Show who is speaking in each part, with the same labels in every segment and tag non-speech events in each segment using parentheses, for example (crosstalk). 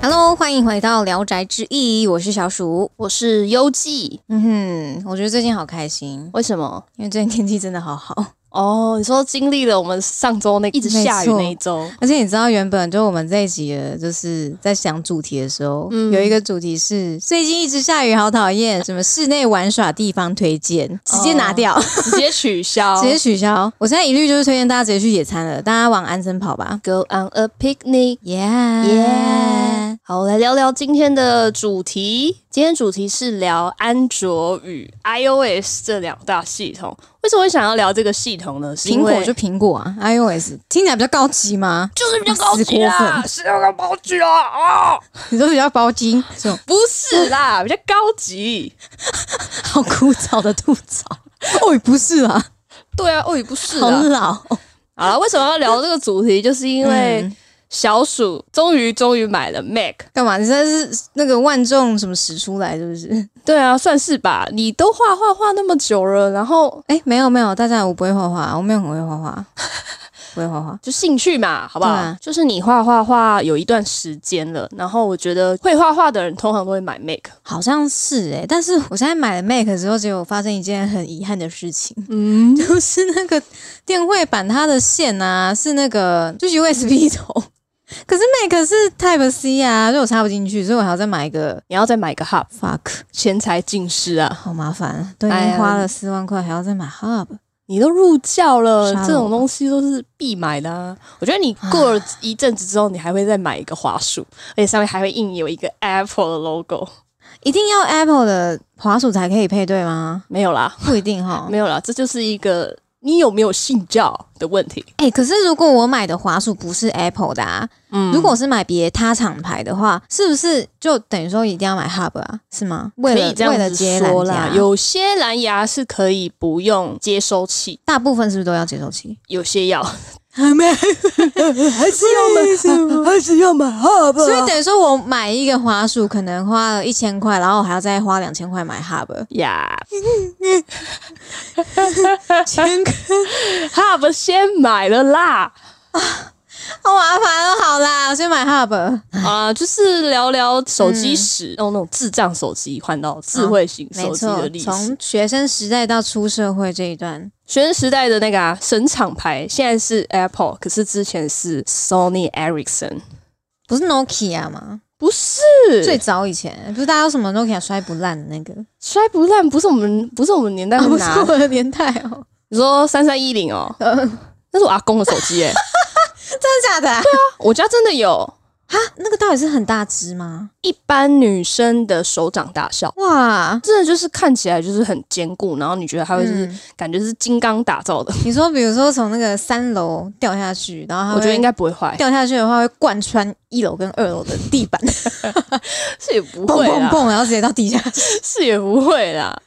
Speaker 1: Hello，欢迎回到《聊斋志异》，我是小鼠。
Speaker 2: 我是优记，
Speaker 1: 嗯哼，我觉得最近好开心，
Speaker 2: 为什么？
Speaker 1: 因为最近天气真的好好。 (laughs)
Speaker 2: 哦，你说经历了我们上周那一直下雨
Speaker 1: 没错
Speaker 2: 那一周，
Speaker 1: 而且你知道，原本就我们这一集的就是在想主题的时候，
Speaker 2: 嗯
Speaker 1: 有一个主题是最近一直下雨，好讨厌，什么室内玩耍地方推荐，直接拿掉，
Speaker 2: 直接取
Speaker 1: (laughs)
Speaker 2: 消
Speaker 1: 直接取消。我现在一律就是推荐大家直接去野餐了，大家往安森跑吧。
Speaker 2: go on a picnic。
Speaker 1: Yeah
Speaker 2: 耶、好，我来聊聊今天的主题。今天主题是聊安卓与 iOS 这两大系统。为什么会想要聊这个系统呢？是
Speaker 1: 苹
Speaker 2: 因为
Speaker 1: 果就苹果啊，iOS 听起来比较高级吗？
Speaker 2: 就是比较高
Speaker 1: 死
Speaker 2: 级
Speaker 1: 过
Speaker 2: 啦，
Speaker 1: 分
Speaker 2: 是那个高级啦啊，
Speaker 1: 你说比较包金，这种
Speaker 2: 不是啦，比较高级。
Speaker 1: 好枯燥的吐槽。 (laughs) 哦，不是啊，
Speaker 2: 对啊，哦，也不是
Speaker 1: 好
Speaker 2: 啦。
Speaker 1: 老。
Speaker 2: 好了，为什么要聊这个主题？就是因为
Speaker 1: 嗯
Speaker 2: 小鼠终于终于买了 Mac。
Speaker 1: 干嘛？你现在是那个万众什么使出来是不是？
Speaker 2: 对啊，算是吧。你都画画画那么久了，然后
Speaker 1: (laughs) 哎、没有没有，大家我不会画画，我没有很会画 (laughs) 画，不会画画。
Speaker 2: 就兴趣嘛，好不好？
Speaker 1: 对啊
Speaker 2: 就是你画画画有一段时间了，然后我觉得会画画的人通常都会买 Mac。
Speaker 1: 好像是哎、但是我现在买了 Mac 之后，结果发生一件很遗憾的事情，
Speaker 2: 嗯，
Speaker 1: (laughs) 就是那个电绘板它的线啊是那个就是 USB (laughs) 头，可是 Mac 是 Type C 啊，所以我插不进去，所以我还要再买一个。
Speaker 2: 你要再买个 Hub，
Speaker 1: fuck，
Speaker 2: 钱财尽失啊！
Speaker 1: 好麻烦，都已
Speaker 2: 哎
Speaker 1: 经
Speaker 2: 呀
Speaker 1: 花了四万块，还要再买 Hub。
Speaker 2: 你都入教了
Speaker 1: 杀，了
Speaker 2: 这
Speaker 1: 我
Speaker 2: 种
Speaker 1: 吧
Speaker 2: 东西都是必买的、啊。我觉得你过了一阵子之后，你还会再买一个花束，而且上面还会印有一个 Apple 的 logo。
Speaker 1: 一定要 Apple 的滑鼠才可以配对吗？
Speaker 2: 没有啦，
Speaker 1: 不一定哈。
Speaker 2: (laughs) 没有啦，这就是一个你有没有信教的问题。
Speaker 1: 哎、可是如果我买的滑鼠不是 Apple 的、啊，
Speaker 2: 嗯
Speaker 1: 如果我是买别他厂牌的话，是不是就等于说一定要买 Hub 啊？是吗？为
Speaker 2: 可
Speaker 1: 了
Speaker 2: 以这样
Speaker 1: 为了
Speaker 2: 子
Speaker 1: 接
Speaker 2: 说
Speaker 1: 蓝
Speaker 2: 啦
Speaker 1: 牙，，
Speaker 2: 有些蓝牙是可以不用接收器，
Speaker 1: 大部分是不是都要接收器？
Speaker 2: 有些
Speaker 1: (laughs)
Speaker 2: 要。
Speaker 1: 还是要买？ (laughs)
Speaker 2: 还是要买 Hub？
Speaker 1: 所以等于说我买一个滑鼠可能花了一千块，然后我还要再花两千块买 Hub， (laughs)
Speaker 2: 呀
Speaker 1: 千
Speaker 2: (laughs)
Speaker 1: 块
Speaker 2: ，Hub 先买了啦。
Speaker 1: 好麻烦哦。好啦，我先买 Hub。
Speaker 2: 啊、就是聊聊手机史，用那种智障手机换到智慧型
Speaker 1: 嗯啊没
Speaker 2: 手机
Speaker 1: 错
Speaker 2: 的，历史。
Speaker 1: 从学生时代到出社会这一段，
Speaker 2: 学生时代的那个啊，神厂牌现在是 Apple，可是之前是 Sony Ericsson，
Speaker 1: 不是 Nokia 吗？
Speaker 2: 不是
Speaker 1: 最早以前不是大家有什么 Nokia 摔不烂的那个，
Speaker 2: 摔不烂，不是我们，不是我们年代
Speaker 1: 啊
Speaker 2: 会
Speaker 1: (laughs) 不是
Speaker 2: 拿。
Speaker 1: 我的年代哦，
Speaker 2: 你说三三一零哦，那是我阿公的手机哎、 (laughs)
Speaker 1: 真的假的、啊？对
Speaker 2: 我家真的有
Speaker 1: 啊，那个到底是很大只吗？
Speaker 2: 一般女生的手掌大小。
Speaker 1: 哇，
Speaker 2: 真的就是看起来就是很坚固，然后你觉得它会是、
Speaker 1: 嗯
Speaker 2: 感觉是金刚打造的，
Speaker 1: 你说比如说从那个三楼掉下去，然后它
Speaker 2: 我觉得
Speaker 1: 会
Speaker 2: 应该不会坏，
Speaker 1: 掉下去的话会贯穿一楼跟二楼的地板，
Speaker 2: 是也 (laughs) 不
Speaker 1: 蹦
Speaker 2: 会 (laughs)
Speaker 1: 蹦
Speaker 2: 啦，
Speaker 1: 蹦，然后直接到地下
Speaker 2: (laughs)
Speaker 1: 室。
Speaker 2: 是也不会啦。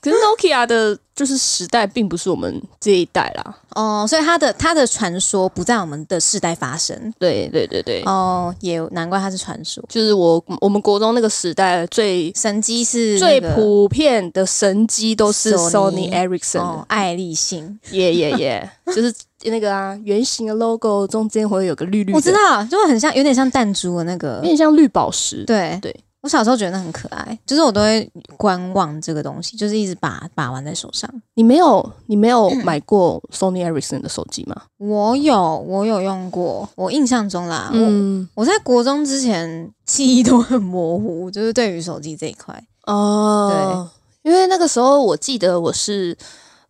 Speaker 2: 可是 Nokia 的就是时代并不是我们这一代啦，
Speaker 1: 哦，所以它的它的传说不在我们的世代发生。
Speaker 2: 对对对对，
Speaker 1: 哦，也难怪它是传说。
Speaker 2: 就是我我们国中那个时代最、
Speaker 1: 神机是、哦
Speaker 2: 最普遍的神机都是
Speaker 1: Sony
Speaker 2: Sony Ericsson
Speaker 1: 哦
Speaker 2: 的，，
Speaker 1: 爱立信，
Speaker 2: 耶耶耶， (laughs) 就是那个啊圆形的 logo 中间会有个绿绿的，
Speaker 1: 我知，道，就很像，有点像弹珠的那个
Speaker 2: 有，点像绿宝石，
Speaker 1: 对
Speaker 2: 对。
Speaker 1: 我小时候觉得那很可爱，就是我都会观望这个东西，就是一直把把玩在手上。
Speaker 2: 你没有你没有买过 Sony Ericsson 的手机吗？
Speaker 1: 我有，我有用过，我印象中啦，嗯、
Speaker 2: 嗯，
Speaker 1: 我在国中之前 (laughs) 记忆都很模糊，就是对于手机这一块，
Speaker 2: 哦，对，因为那个时候我记得我是。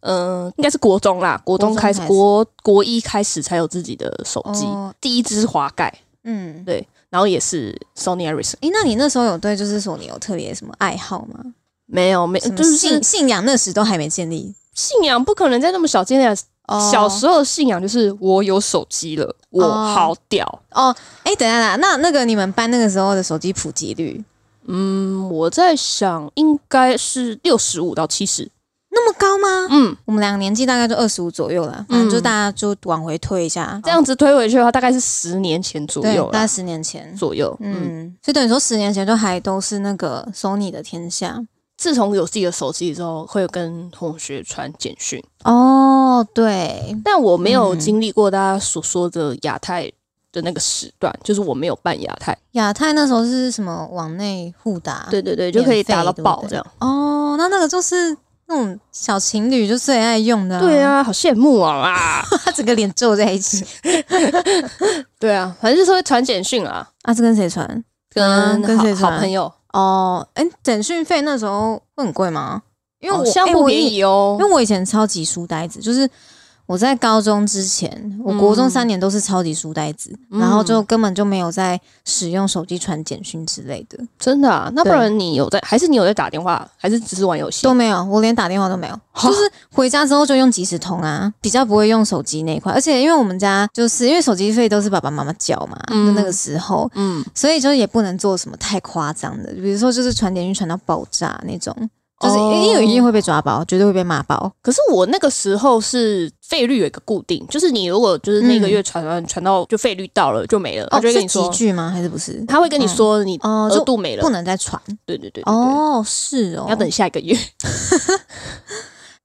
Speaker 2: 嗯、应该是国中啦，国中开始
Speaker 1: 国中开，始
Speaker 2: 国国一开始才有自己的手机，
Speaker 1: 哦
Speaker 2: 第一只滑盖，
Speaker 1: 嗯，
Speaker 2: 对然后也是 Sony Ericsson，
Speaker 1: 诶，那你那时候有对就是索尼有特别什么爱好吗？
Speaker 2: 没有没
Speaker 1: 什么
Speaker 2: 呃就是
Speaker 1: 信信仰那时都还没建立，
Speaker 2: 信仰不可能在那么小间的、
Speaker 1: 哦
Speaker 2: 小时候的信仰就是我有手机了，我
Speaker 1: 哦
Speaker 2: 好屌。
Speaker 1: 哦，诶，等一下啦，那那个你们班那个时候的手机普及率
Speaker 2: 嗯，我在想应该是六十五到七十，
Speaker 1: 那么高吗？
Speaker 2: 嗯，
Speaker 1: 我们两个年纪大概就二十五左右了，反正就大家就往回推一下，
Speaker 2: 这样子推回去的话，大概是十年前左
Speaker 1: 对
Speaker 2: 右，
Speaker 1: 大
Speaker 2: 啦
Speaker 1: 概，十年前，
Speaker 2: 左右，嗯
Speaker 1: 嗯，所以等于说十年前都还都是那个 Sony 的天下
Speaker 2: 自从有自己的手机之后，会跟同学传简讯，
Speaker 1: 哦，对，
Speaker 2: 但我没有
Speaker 1: 嗯
Speaker 2: 经历过大家所说的亚太的那个时段，就是我没有办亚太，
Speaker 1: 亚太那时候是什么往内互打？
Speaker 2: 对对对，就可以打到爆
Speaker 1: 啊免费对不对
Speaker 2: 这样。
Speaker 1: 哦，那那个就是那种小情侣就最爱用的、
Speaker 2: 对，啊，好羡慕啊
Speaker 1: (laughs)
Speaker 2: 啊！
Speaker 1: 他整个脸皱在一
Speaker 2: (laughs)
Speaker 1: 起。
Speaker 2: 对啊，反正就是会传简讯啊，
Speaker 1: 啊，这跟谁传？
Speaker 2: 跟
Speaker 1: 嗯跟
Speaker 2: 好
Speaker 1: 谁
Speaker 2: 好
Speaker 1: 传
Speaker 2: 朋友，
Speaker 1: 哦，哎、简讯费那时候会很贵吗？因为我、
Speaker 2: 好像
Speaker 1: 哎
Speaker 2: 不
Speaker 1: 我
Speaker 2: 便
Speaker 1: 以
Speaker 2: 宜哦
Speaker 1: 因。为我以前超级书呆子，就是我在高中之前，我国中三年都是超级书呆子，
Speaker 2: 嗯
Speaker 1: 然后就根本就没有在使用手机传简讯之类的，
Speaker 2: 真的啊？那不
Speaker 1: 对
Speaker 2: 然你有在，还是你有在打电话，还是只是玩游戏
Speaker 1: 都？没有，我连打电话都没有。就是回家之后就用即时通啊，比较不会用手机那一块。而且因为我们家就是因为手机费都是爸爸妈妈缴嘛，
Speaker 2: 嗯
Speaker 1: 就那个时候，
Speaker 2: 嗯，
Speaker 1: 所以就是也不能做什么太夸张的，比如说就是传简讯传到爆炸那种。就是
Speaker 2: 哦
Speaker 1: 因为一定会被抓包，绝对会被骂包。
Speaker 2: 可是我那个时候是费率有一个固定，就是你如果就是那个月传完传到就费率到了就没了，他就会跟
Speaker 1: 哦是
Speaker 2: 你
Speaker 1: 几
Speaker 2: 说，
Speaker 1: 句吗？还是不是？
Speaker 2: 他会跟你说你
Speaker 1: 哦，
Speaker 2: 额
Speaker 1: 就
Speaker 2: 度没了
Speaker 1: 不，能再传。
Speaker 2: 对对对对对，
Speaker 1: 哦，是哦，
Speaker 2: 要等。下
Speaker 1: (laughs)
Speaker 2: 一个月。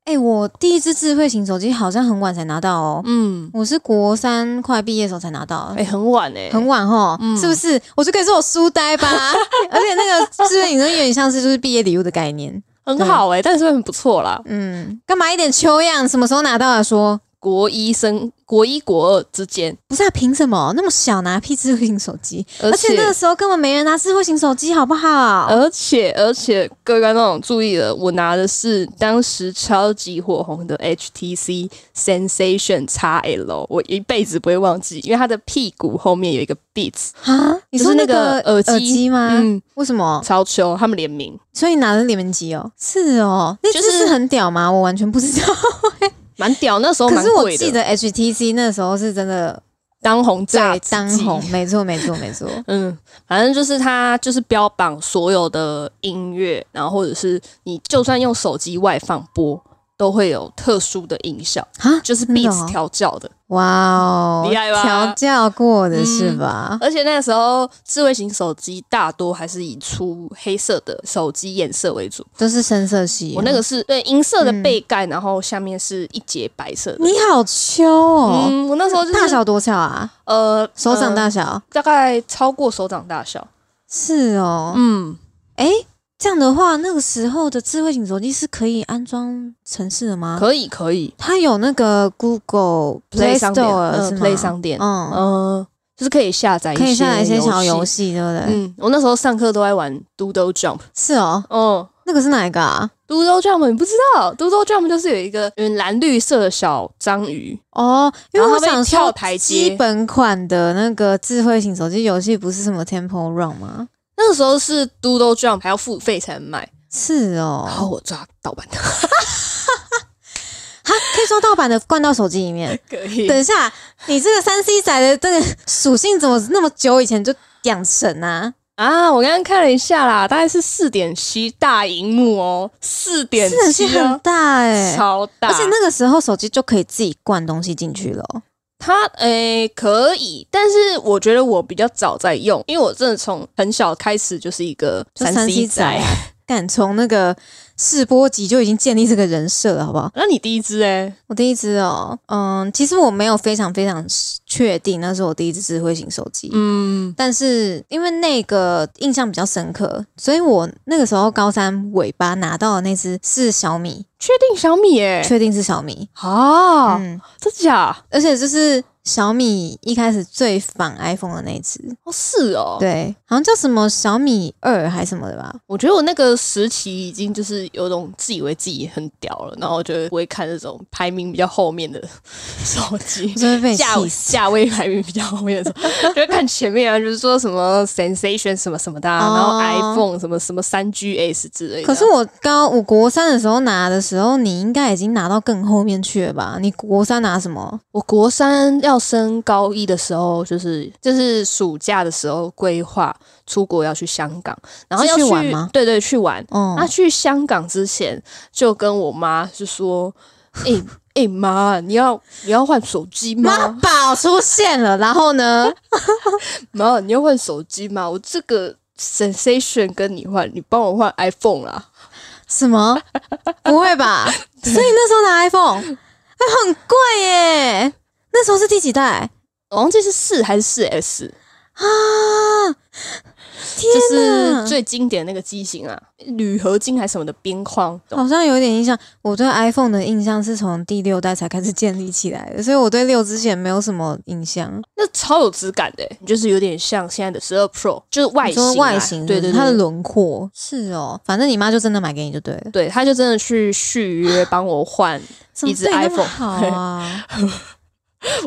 Speaker 1: 哎、我第一只智慧型手机好像很晚才拿到哦，
Speaker 2: 嗯，
Speaker 1: 我是国三快毕业的时候才拿到。
Speaker 2: 哎，很晚哎，
Speaker 1: 很晚吼，是不是？我就可以说我书呆
Speaker 2: (laughs)
Speaker 1: 吧，而且那个智慧型手机有点像是就是毕业礼物的概念。
Speaker 2: 很好哎，但是很不错啦。
Speaker 1: 嗯，干嘛一点秋样？什么时候拿到啊？说
Speaker 2: 国一升国一国二之间，
Speaker 1: 不是啊？凭什么那么小拿屁智慧型手机？
Speaker 2: 而
Speaker 1: 而且
Speaker 2: 且呃
Speaker 1: 那个时候根本没人拿智慧型手机，好不好？
Speaker 2: 而且而且，各位观众注意了，我拿的是当时超级火红的 HTC Sensation XL，我一辈子不会忘记，因为它的屁股后面有一个 Beats，
Speaker 1: 啊，你
Speaker 2: 就是
Speaker 1: 说那
Speaker 2: 个
Speaker 1: 个
Speaker 2: 耳机
Speaker 1: 耳机吗？
Speaker 2: 嗯，
Speaker 1: 为什么？
Speaker 2: 超秋，他们联名
Speaker 1: 所以拿的联名机哦，是哦，那
Speaker 2: 就
Speaker 1: 只
Speaker 2: 是
Speaker 1: 是很屌吗？我完全不知
Speaker 2: (laughs)
Speaker 1: 道。
Speaker 2: 蛮屌，那时候
Speaker 1: 可
Speaker 2: 哦蛮
Speaker 1: 是我
Speaker 2: 贵
Speaker 1: 记
Speaker 2: 的，
Speaker 1: 得 HTC 那时候是真的
Speaker 2: 当红炸
Speaker 1: 在
Speaker 2: 子
Speaker 1: 当
Speaker 2: 鸡
Speaker 1: 红，没错没错没
Speaker 2: (laughs)
Speaker 1: 错。
Speaker 2: 嗯，反正就是它就是标榜所有的音乐，然后或者是你就算用手机外放播，都会有特殊的音效，
Speaker 1: 啊，
Speaker 2: 就是
Speaker 1: 真的
Speaker 2: Beats
Speaker 1: 哦
Speaker 2: 调教的。
Speaker 1: 哇哦，
Speaker 2: 厉害吧嗯
Speaker 1: 调教过的是吧？
Speaker 2: 而且那个时候智慧型手机大多还是以出黑色的手机颜色为主，
Speaker 1: 都是深色系。
Speaker 2: 我那个是对银色的
Speaker 1: 嗯
Speaker 2: 背盖，然后下面是一节白色的。
Speaker 1: 你好秋哦，
Speaker 2: 嗯，我那时候就是
Speaker 1: 大小多小啊？
Speaker 2: 呃
Speaker 1: 手掌、
Speaker 2: 呃
Speaker 1: 大小、
Speaker 2: 大概超过手掌大小。
Speaker 1: 是哦。
Speaker 2: 嗯，
Speaker 1: 哎、这样的话，那个时候的智慧型手机是可以安装城市的吗？
Speaker 2: 可以可以
Speaker 1: 它有那个 Google
Speaker 2: ，Play
Speaker 1: Play
Speaker 2: 商店，
Speaker 1: Store
Speaker 2: 呃
Speaker 1: 是吗
Speaker 2: ，Play 商店，
Speaker 1: 嗯
Speaker 2: 呃，就是可以下载，
Speaker 1: 可以下载一些小游
Speaker 2: 戏。
Speaker 1: 戏，对不对？
Speaker 2: 嗯，我那时候上课都在玩 Doodle Jump。
Speaker 1: 是哦，
Speaker 2: 哦。
Speaker 1: 那个是哪一个啊？
Speaker 2: Doodle Jump 你不知道，Doodle Jump 就是有一个嗯蓝绿色的小章鱼，
Speaker 1: 哦，因为
Speaker 2: 然后
Speaker 1: 我
Speaker 2: 它被
Speaker 1: 想
Speaker 2: 跳
Speaker 1: 说，
Speaker 2: 台
Speaker 1: 基
Speaker 2: 阶
Speaker 1: 本款的那个智慧型手机游戏不是什么 Temple Run 吗？
Speaker 2: 那个时候是 Doodle Jump 还要付费才能买，
Speaker 1: 是哦
Speaker 2: 然，后我抓盗版的，
Speaker 1: 哈，可以装盗版的灌到手机里
Speaker 2: (laughs)
Speaker 1: 面。
Speaker 2: (laughs) 可以
Speaker 1: 等一下，你这个三 C 仔的这个属性怎么那么久以前就养成啊？
Speaker 2: 啊！我刚刚看了一下啦，大概是四点七大荧幕哦，四点
Speaker 1: 这游戏
Speaker 2: 七
Speaker 1: 很
Speaker 2: 哦，
Speaker 1: 大哎、
Speaker 2: 超大，
Speaker 1: 而且那个时候手机就可以自己灌东西进去了哦。
Speaker 2: 它诶、可以，但是我觉得我比较早在用，因为我真的从很小开始就是一个
Speaker 1: 就
Speaker 2: 三 C
Speaker 1: C
Speaker 2: 仔。
Speaker 1: 啊，敢从那个试播集就已经建立这个人设了，好不好？
Speaker 2: 那你第一欸支诶、
Speaker 1: 我第一只哦，嗯，其实我没有非常非常确定那是我第一只智慧型手机，
Speaker 2: 嗯，
Speaker 1: 但是因为那个印象比较深刻，所以我那个时候高三尾巴拿到的那只是小米，
Speaker 2: 确定小米诶、
Speaker 1: 确定是小米。
Speaker 2: 啊，
Speaker 1: 嗯，
Speaker 2: 真假？
Speaker 1: 而且就是小米一开始最仿 iPhone 的那只，
Speaker 2: 哦，是哦，
Speaker 1: 对，好像叫什么小米二还什么的吧。
Speaker 2: 我觉得我那个时期已经就是有种自以为自己很屌了，然后就不会看那种排名比较后面的 (laughs) 手机
Speaker 1: 我。真的被
Speaker 2: 价
Speaker 1: 气
Speaker 2: 位
Speaker 1: 死
Speaker 2: 价位排名比较后面的时候，就会看前面啊，就是说什么 sensation 什么什么的、啊，
Speaker 1: 哦
Speaker 2: 然后 iPhone 什么什么三 GS 之类的啊。
Speaker 1: 可是我高我国三的时候拿的时候，你应该已经拿到更后面去了吧？你国三拿什么？
Speaker 2: 我国三要升高一的时候，就是就是暑假的时候规划出国要去香港，然后要
Speaker 1: 是去玩吗
Speaker 2: 对对，去玩。
Speaker 1: 哦、
Speaker 2: 那去香港之前，就跟我妈就说：“哎哎、妈，你要你要换手机
Speaker 1: 妈
Speaker 2: 吗？
Speaker 1: 宝出现了，然后 (laughs) 呢？
Speaker 2: 妈，你要换手机吗？我这个 sensation 跟你换，你帮我换 iPhone 啦。
Speaker 1: 什么？不会
Speaker 2: (laughs)
Speaker 1: 吧？所以那时候拿 iPhone，哎、很贵耶。那时候是第几代？
Speaker 2: 我忘记是四还是四 S，
Speaker 1: 啊！天
Speaker 2: 就是
Speaker 1: 哪，
Speaker 2: 最经典的那个机型啊，铝合金还是什么的边框，懂
Speaker 1: 好像有点印象。我对 iPhone 的印象是从第六代才开始建立起来的，所以我对六之前没有什么印象。
Speaker 2: 那超有质感的、欸就是有点像现在的十二 Pro，就是外
Speaker 1: 你
Speaker 2: 形、
Speaker 1: 说
Speaker 2: 啊，
Speaker 1: 外形，
Speaker 2: 对对对，
Speaker 1: 它的轮廓是哦，反正你妈就真的买给你就对了。
Speaker 2: 对，他就真的去续约帮我换。 (laughs)
Speaker 1: 怎么
Speaker 2: 一只
Speaker 1: 对你那么
Speaker 2: iPhone
Speaker 1: 好
Speaker 2: (laughs)
Speaker 1: 啊！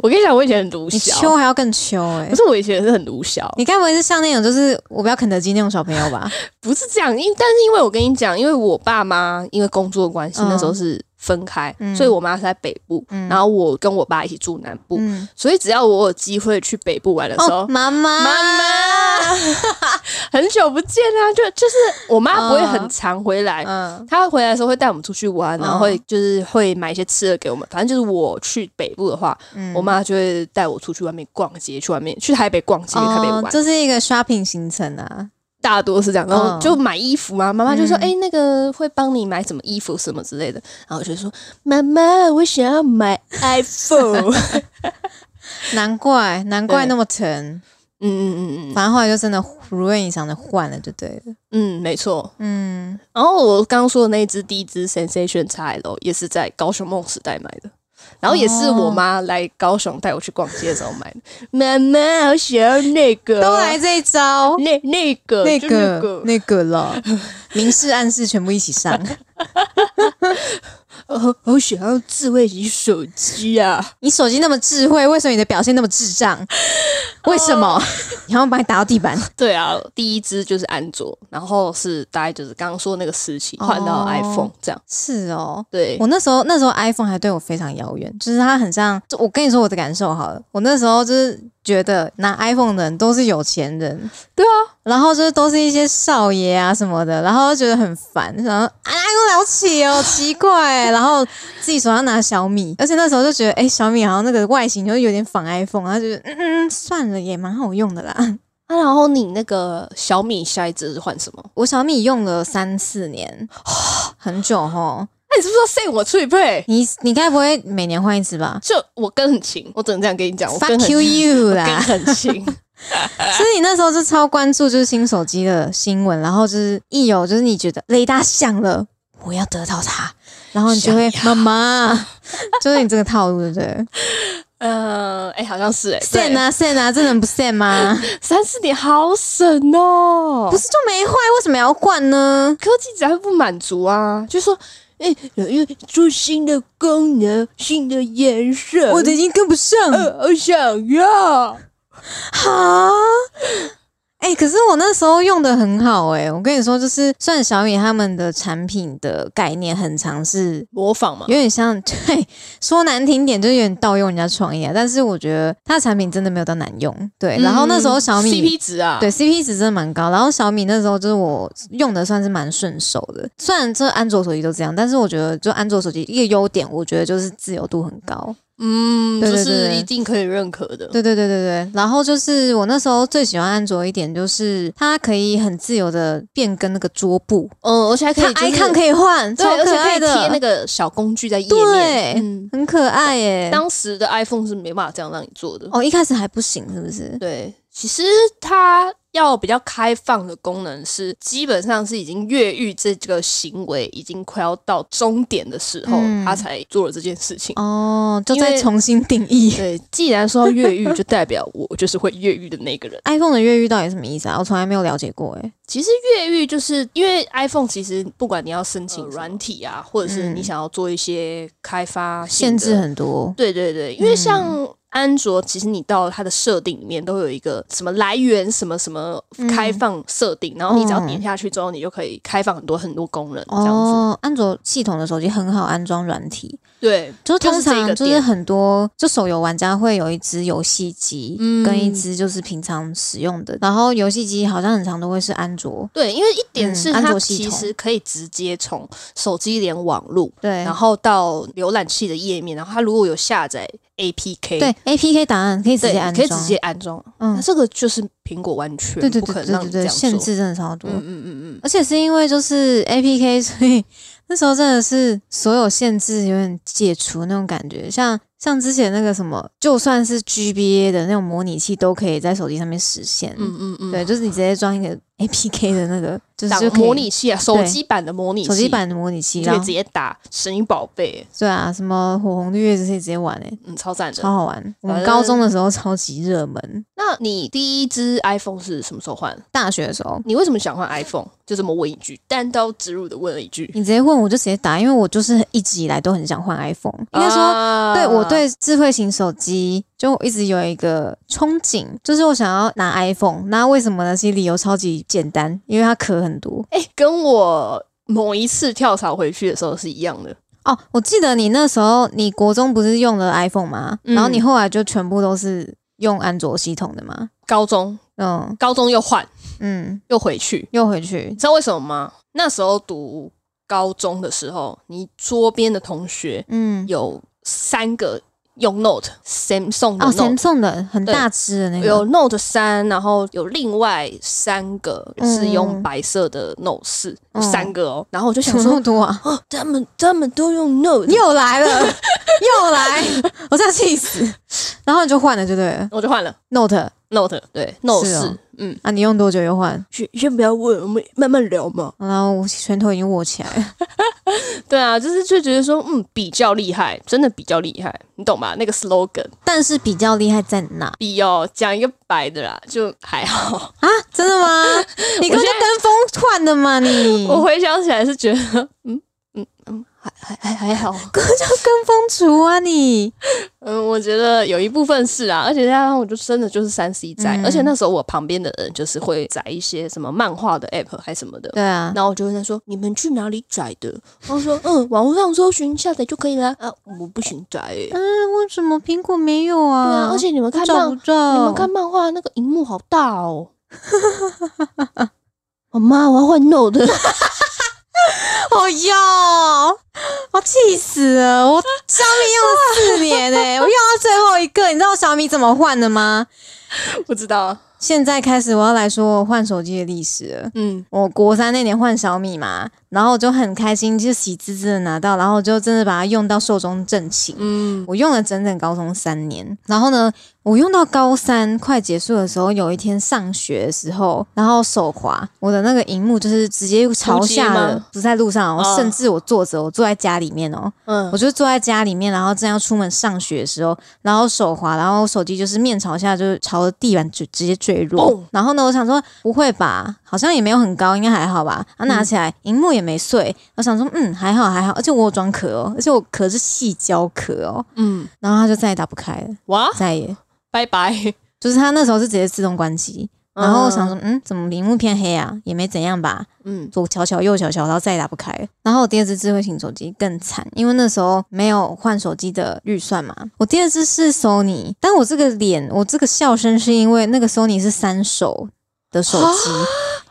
Speaker 2: 我跟你讲，我以前很毒
Speaker 1: 你
Speaker 2: 枭，
Speaker 1: 秋还要更秋哎、
Speaker 2: 可是我以前是很毒枭，
Speaker 1: 你该不会是像那种就是我不要肯德基那种小朋友
Speaker 2: (laughs)
Speaker 1: 吧？
Speaker 2: 不是这样。因但是因为我跟你讲，因为我爸妈因为工作关系、
Speaker 1: 嗯
Speaker 2: 那时候是分开，
Speaker 1: 嗯
Speaker 2: 所以我妈是在北部，
Speaker 1: 嗯
Speaker 2: 然后我跟我爸一起住南部，
Speaker 1: 嗯，
Speaker 2: 所以只要我有机会去北部玩的时候。
Speaker 1: 哦，妈妈，
Speaker 2: 妈妈， (laughs) 很久不见啊！就就是我妈不会很常回来，
Speaker 1: 嗯，
Speaker 2: 她回来的时候会带我们出去玩，
Speaker 1: 嗯
Speaker 2: 然后会就是会买一些吃的给我们。反正就是我去北部的话，
Speaker 1: 嗯
Speaker 2: 我妈就会带我出去外面逛街，去外面去台北逛
Speaker 1: 哦
Speaker 2: 街，台北玩，
Speaker 1: 这是一个 shopping 行程啊。
Speaker 2: 大多是这样。然后
Speaker 1: 嗯
Speaker 2: 就买衣服嘛，妈妈就说：“
Speaker 1: 嗯
Speaker 2: 哎、那个会帮你买什么衣服什么之类的。”然后我就说：“妈妈，我想要买 iPhone。
Speaker 1: (laughs) 难怪，难怪
Speaker 2: 对
Speaker 1: 那么疼。”
Speaker 2: 嗯嗯嗯嗯
Speaker 1: 反正后来就真的如愿以偿的换了，就对了。
Speaker 2: 嗯，没错。
Speaker 1: 嗯，
Speaker 2: 然后我刚刚说的那一只第一只 Sensation XL 也是在高雄梦时代买的，然后也是我妈来高雄带我去逛街的时候买的。妈妈，我想要那个，
Speaker 1: 都来这一
Speaker 2: (laughs)
Speaker 1: 招，
Speaker 2: 那那个
Speaker 1: 那
Speaker 2: 就那
Speaker 1: 个那个了，明示暗示全部一起上。
Speaker 2: 哦，好想要智慧型手机啊！
Speaker 1: 你手机那么智慧，为什么你的表现那么智障？为什么？然后把你打到地板，
Speaker 2: 对啊，第一支就是安卓，然后是大概就是刚刚说那个时期换到
Speaker 1: 哦
Speaker 2: iPhone 这样。
Speaker 1: 是哦。
Speaker 2: 对
Speaker 1: 我，那时候那时候 iPhone 还对我非常遥远，就是它很像，就我跟你说我的感受好了，我那时候就是觉得拿 iPhone 的人都是有钱人，
Speaker 2: 对
Speaker 1: 啊，然后就是都是一些少爷啊什么的，然后就觉得很烦，然后啊 iPhone 了不起
Speaker 2: (laughs)
Speaker 1: 哦，奇怪、 (laughs) 然后自己手上拿小米，而且那时候就觉得，哎、小米好像那个外形就有点仿 iPhone，然后就觉得嗯嗯算了，也蛮好用的啦。 (laughs)
Speaker 2: 啊，然后你那个小米下一支是换什么？
Speaker 1: 我小米用了三四
Speaker 2: (laughs)
Speaker 1: 年，很久吼，
Speaker 2: 那、哎你是不是要 say 我脆配？
Speaker 1: 你你该不会每年换一次吧？
Speaker 2: 就我跟很勤，我只能这样跟你讲，我跟
Speaker 1: Fuck
Speaker 2: 很
Speaker 1: you
Speaker 2: 勤
Speaker 1: you
Speaker 2: 跟
Speaker 1: 啦！
Speaker 2: 很勤。
Speaker 1: (laughs) 所以你那时候就超关注就是新手机的新闻，然后就是一有就是你觉得雷达响了，我要得到它，然后你就会
Speaker 2: 想
Speaker 1: 妈 (laughs) 妈，就是你这个套路对不 (laughs) 对？
Speaker 2: 呃，哎、好像是哎、对
Speaker 1: 线啊线啊，这能不线吗？
Speaker 2: 三四年好省哦、
Speaker 1: (laughs) 不是就没坏，为什么要换呢？
Speaker 2: 科技只还不满足啊，就说，哎、有一个出新的功能、新的颜色，
Speaker 1: 我的已经跟不上
Speaker 2: 呃，好想要。
Speaker 1: 哈，哎、可是我那时候用的很好哎、我跟你说，就是虽然小米他们的产品的概念很常是
Speaker 2: 模仿嘛
Speaker 1: 有，点像， (laughs) 对，说难听点就是有点盗用人家创意啊。但是我觉得它的产品真的没有到难用，对。然后那时候小米、
Speaker 2: CP 嗯值啊，
Speaker 1: 对 CP 值真的蛮高，然后小米那时候就是我用的算是蛮顺手的。虽然这安卓手机都这样，但是我觉得就安卓手机一个优点，我觉得就是自由度很高。
Speaker 2: 嗯，
Speaker 1: 对
Speaker 2: 就
Speaker 1: 对
Speaker 2: 是
Speaker 1: 对
Speaker 2: 一定可以认可的。
Speaker 1: 对对对对对，然后就是我那时候最喜欢安卓一点就是它可以很自由的变更那个桌布，
Speaker 2: 嗯，而且还可
Speaker 1: 它
Speaker 2: 以就是
Speaker 1: icon 可以换，
Speaker 2: 对
Speaker 1: 超，
Speaker 2: 而且可
Speaker 1: 爱
Speaker 2: 以贴
Speaker 1: 的，
Speaker 2: 那个小工具在页面。
Speaker 1: 对
Speaker 2: 嗯，
Speaker 1: 很可爱耶。
Speaker 2: 当时的 iPhone 是没办法这样让你做的。
Speaker 1: 哦，一开始还不行，是不是？
Speaker 2: 对，其实它要比较开放的功能是，基本上是已经越狱这个行为已经快要到终点的时候，
Speaker 1: 嗯
Speaker 2: 他才做了这件事情。
Speaker 1: 哦，就
Speaker 2: 因为
Speaker 1: 再重新定义。
Speaker 2: 对，既然说到越狱，就代表我就是会越狱的那个人。
Speaker 1: iPhone 的越狱到底什么意思啊？我从来没有了解过哎。
Speaker 2: 其实越狱就是因为 iPhone，其实不管你要申请软体啊，或者是
Speaker 1: 嗯
Speaker 2: 你想要做一些开发性
Speaker 1: 限
Speaker 2: 的
Speaker 1: 制很多。嗯
Speaker 2: 对对对，因为像安卓，其实你到它的设定里面都有一个什么来源什么什么开放设定，然后你只要点下去之后，你就可以开放很多很多功能这样子。
Speaker 1: 嗯哦，安卓系统的手机很好安装软体，
Speaker 2: 对，
Speaker 1: 就是
Speaker 2: 就
Speaker 1: 通
Speaker 2: 是这个
Speaker 1: 常就是
Speaker 2: 点
Speaker 1: 很多就手游玩家会有一只游戏机，
Speaker 2: 嗯
Speaker 1: 跟一只就是平常使用的，然后游戏机好像很常都会是安卓，
Speaker 2: 对，因为一点是
Speaker 1: 嗯安
Speaker 2: 它
Speaker 1: 卓系
Speaker 2: 其
Speaker 1: 统
Speaker 2: 实可以直接从手机连网路，
Speaker 1: 对
Speaker 2: 然，后到浏览器的页面，然后它如果有下载 APK，
Speaker 1: 对 A P K 档案可以直
Speaker 2: 对
Speaker 1: 接安
Speaker 2: 可
Speaker 1: 装，
Speaker 2: 以直接安装。那
Speaker 1: 嗯，
Speaker 2: 这个就是苹果完全
Speaker 1: 对对
Speaker 2: 不
Speaker 1: 对
Speaker 2: 可
Speaker 1: 对
Speaker 2: 能让
Speaker 1: 对
Speaker 2: 你这
Speaker 1: 对，
Speaker 2: 样做
Speaker 1: 限。制真的超多，
Speaker 2: 嗯嗯嗯嗯，
Speaker 1: 而且是因为就是 A P (laughs) K，所以那时候真的是所有限制有点解除那种感觉。像像之前那个什么，就算是 GBA 的那种模拟器，都可以在手机上面实现。
Speaker 2: 嗯嗯嗯，
Speaker 1: 对，就是你直接装一个 APK 的那个，就是
Speaker 2: 打
Speaker 1: 就可以
Speaker 2: 模拟器啊，手机版的模拟器，
Speaker 1: 手机版的模拟器，
Speaker 2: 就可
Speaker 1: 然
Speaker 2: 以
Speaker 1: 后
Speaker 2: 直接打《神鹰宝贝
Speaker 1: 对啊，什么火红绿叶这些直接玩诶、》，
Speaker 2: 嗯，超赞的。
Speaker 1: 超好玩。我
Speaker 2: 反
Speaker 1: 们
Speaker 2: 正
Speaker 1: 高中的时候超级热门，
Speaker 2: 那你第一支 iPhone 是什么时候换？
Speaker 1: 大学的时候。
Speaker 2: 你为什么想换 iPhone？就这么问一句，单刀直入的问了一句。
Speaker 1: 你直接问我就直接答，因为我就是一直以来都很想换 iPhone。应该说，
Speaker 2: 啊
Speaker 1: 对我对智慧型手机就一直有一个憧憬，就是我想要拿 iPhone。那为什么呢？其实理由超级简单，因为它壳很多。
Speaker 2: 哎、跟我某一次跳槽回去的时候是一样的。
Speaker 1: 哦，我记得你那时候你国中不是用了 iPhone 吗？
Speaker 2: 嗯
Speaker 1: 然后你后来就全部都是用安卓系统的吗？
Speaker 2: 高中，
Speaker 1: 嗯
Speaker 2: 高中又换，
Speaker 1: 嗯，
Speaker 2: 又回去，
Speaker 1: 又回去
Speaker 2: 你知道为什么吗？那时候读高中的时候，你桌边的同学
Speaker 1: 嗯
Speaker 2: 有三个用 Note Samsung 的
Speaker 1: 哦
Speaker 2: Note，、
Speaker 1: ，Samsung 的很大只的那
Speaker 2: 嗯有
Speaker 1: 个，
Speaker 2: Note 三，然后有另外三个是用白色的 Note 四、
Speaker 1: 嗯
Speaker 2: 三个嗯哦。然后我
Speaker 1: (laughs)
Speaker 2: 就
Speaker 1: 什
Speaker 2: 想
Speaker 1: 么那
Speaker 2: (laughs) 说
Speaker 1: 么，多啊？ (laughs)
Speaker 2: 哦，他们他们都用 Note，
Speaker 1: 又来了， (laughs) 又来， (laughs) 我真的气死。 (laughs) 然后你就换了，就对了
Speaker 2: 我就换了
Speaker 1: Note
Speaker 2: Note，对 Note
Speaker 1: 是
Speaker 2: 四、
Speaker 1: 哦
Speaker 2: 嗯。
Speaker 1: 啊，你用多久又换？
Speaker 2: 先先不要问，我们慢慢聊嘛。
Speaker 1: 然后我拳头已经握起来 (laughs) 了。
Speaker 2: 对啊，就是就觉得说，嗯，比较厉害，真的比较厉害，你懂吧？那个 slogan
Speaker 1: 但是比较厉害在哪
Speaker 2: 比哦，讲一个白的啦，就还好。
Speaker 1: 啊？真的
Speaker 2: (laughs)
Speaker 1: 吗？你跟
Speaker 2: 我
Speaker 1: 着
Speaker 2: 现在
Speaker 1: 跟风换的吗？你
Speaker 2: 我回想起来是觉得， (laughs) 嗯嗯嗯，还还还还
Speaker 1: (laughs)
Speaker 2: 好。
Speaker 1: 就跟风族啊你！
Speaker 2: 嗯，我觉得有一部分是啊，而且加上我就真的就是三 C 宅，
Speaker 1: 嗯
Speaker 2: 而且那时候我旁边的人就是会载一些什么漫画的 app 还什么的。
Speaker 1: 对啊，
Speaker 2: 然后我就问他说：“你们去哪里载的？”然后说：“嗯，网络上搜寻下载就可以啦。”啊，我不行载、欸。对
Speaker 1: 嗯，为什么苹果没有啊？
Speaker 2: 啊，而且你们看漫
Speaker 1: 找不到。
Speaker 2: 你们看，漫画那个荧幕好大哦。 (laughs) 我妈，我要换 Note 的。
Speaker 1: 哦哟，我气死了！我小米用了四年
Speaker 2: (laughs)
Speaker 1: 呢、我用到最后一个，你知道我小米怎么换的吗？
Speaker 2: 不知道，
Speaker 1: 现在开始我要来说我换手机的历史了。
Speaker 2: 嗯，
Speaker 1: 我国三那年换小米嘛，然后我就很开心，就喜滋滋的拿到，然后我就真的把它用到寿终正寝。
Speaker 2: 嗯，
Speaker 1: 我用了整整高中三年，然后呢，我用到高三快结束的时候，有一天上学的时候，然后手滑，我的那个荧幕就是直接朝下
Speaker 2: 出街
Speaker 1: 了
Speaker 2: 吗，
Speaker 1: 不在路上哦，
Speaker 2: 哦
Speaker 1: 甚至我坐着，我坐在家里面哦，
Speaker 2: 嗯，
Speaker 1: 我就坐在家里面，然后正要出门上学的时候，然后手滑，然后手机就是面朝下，就是朝着地板就直接坠落
Speaker 2: 嘣。
Speaker 1: 然后呢，我想说不会吧，好像也没有很高，应该还好吧。啊，拿起来，荧幕也没碎，我想说嗯还好还好，而且我有装壳哦，而且我壳是细胶壳哦。
Speaker 2: 嗯，
Speaker 1: 然后它就再也打不开了，
Speaker 2: 哇，
Speaker 1: 再也
Speaker 2: 拜拜。
Speaker 1: 就是它那时候是直接自动关机。然后我想说，嗯，怎么屏幕偏黑啊？也没怎样吧。
Speaker 2: 嗯，
Speaker 1: 左瞧瞧，右瞧瞧，然后再也打不开了。然后我第二只智慧型手机更惨，因为那时候没有换手机的预算嘛。我第二只是 Sony，但我这个脸，我这个笑声是因为那个 Sony 是三手的手机，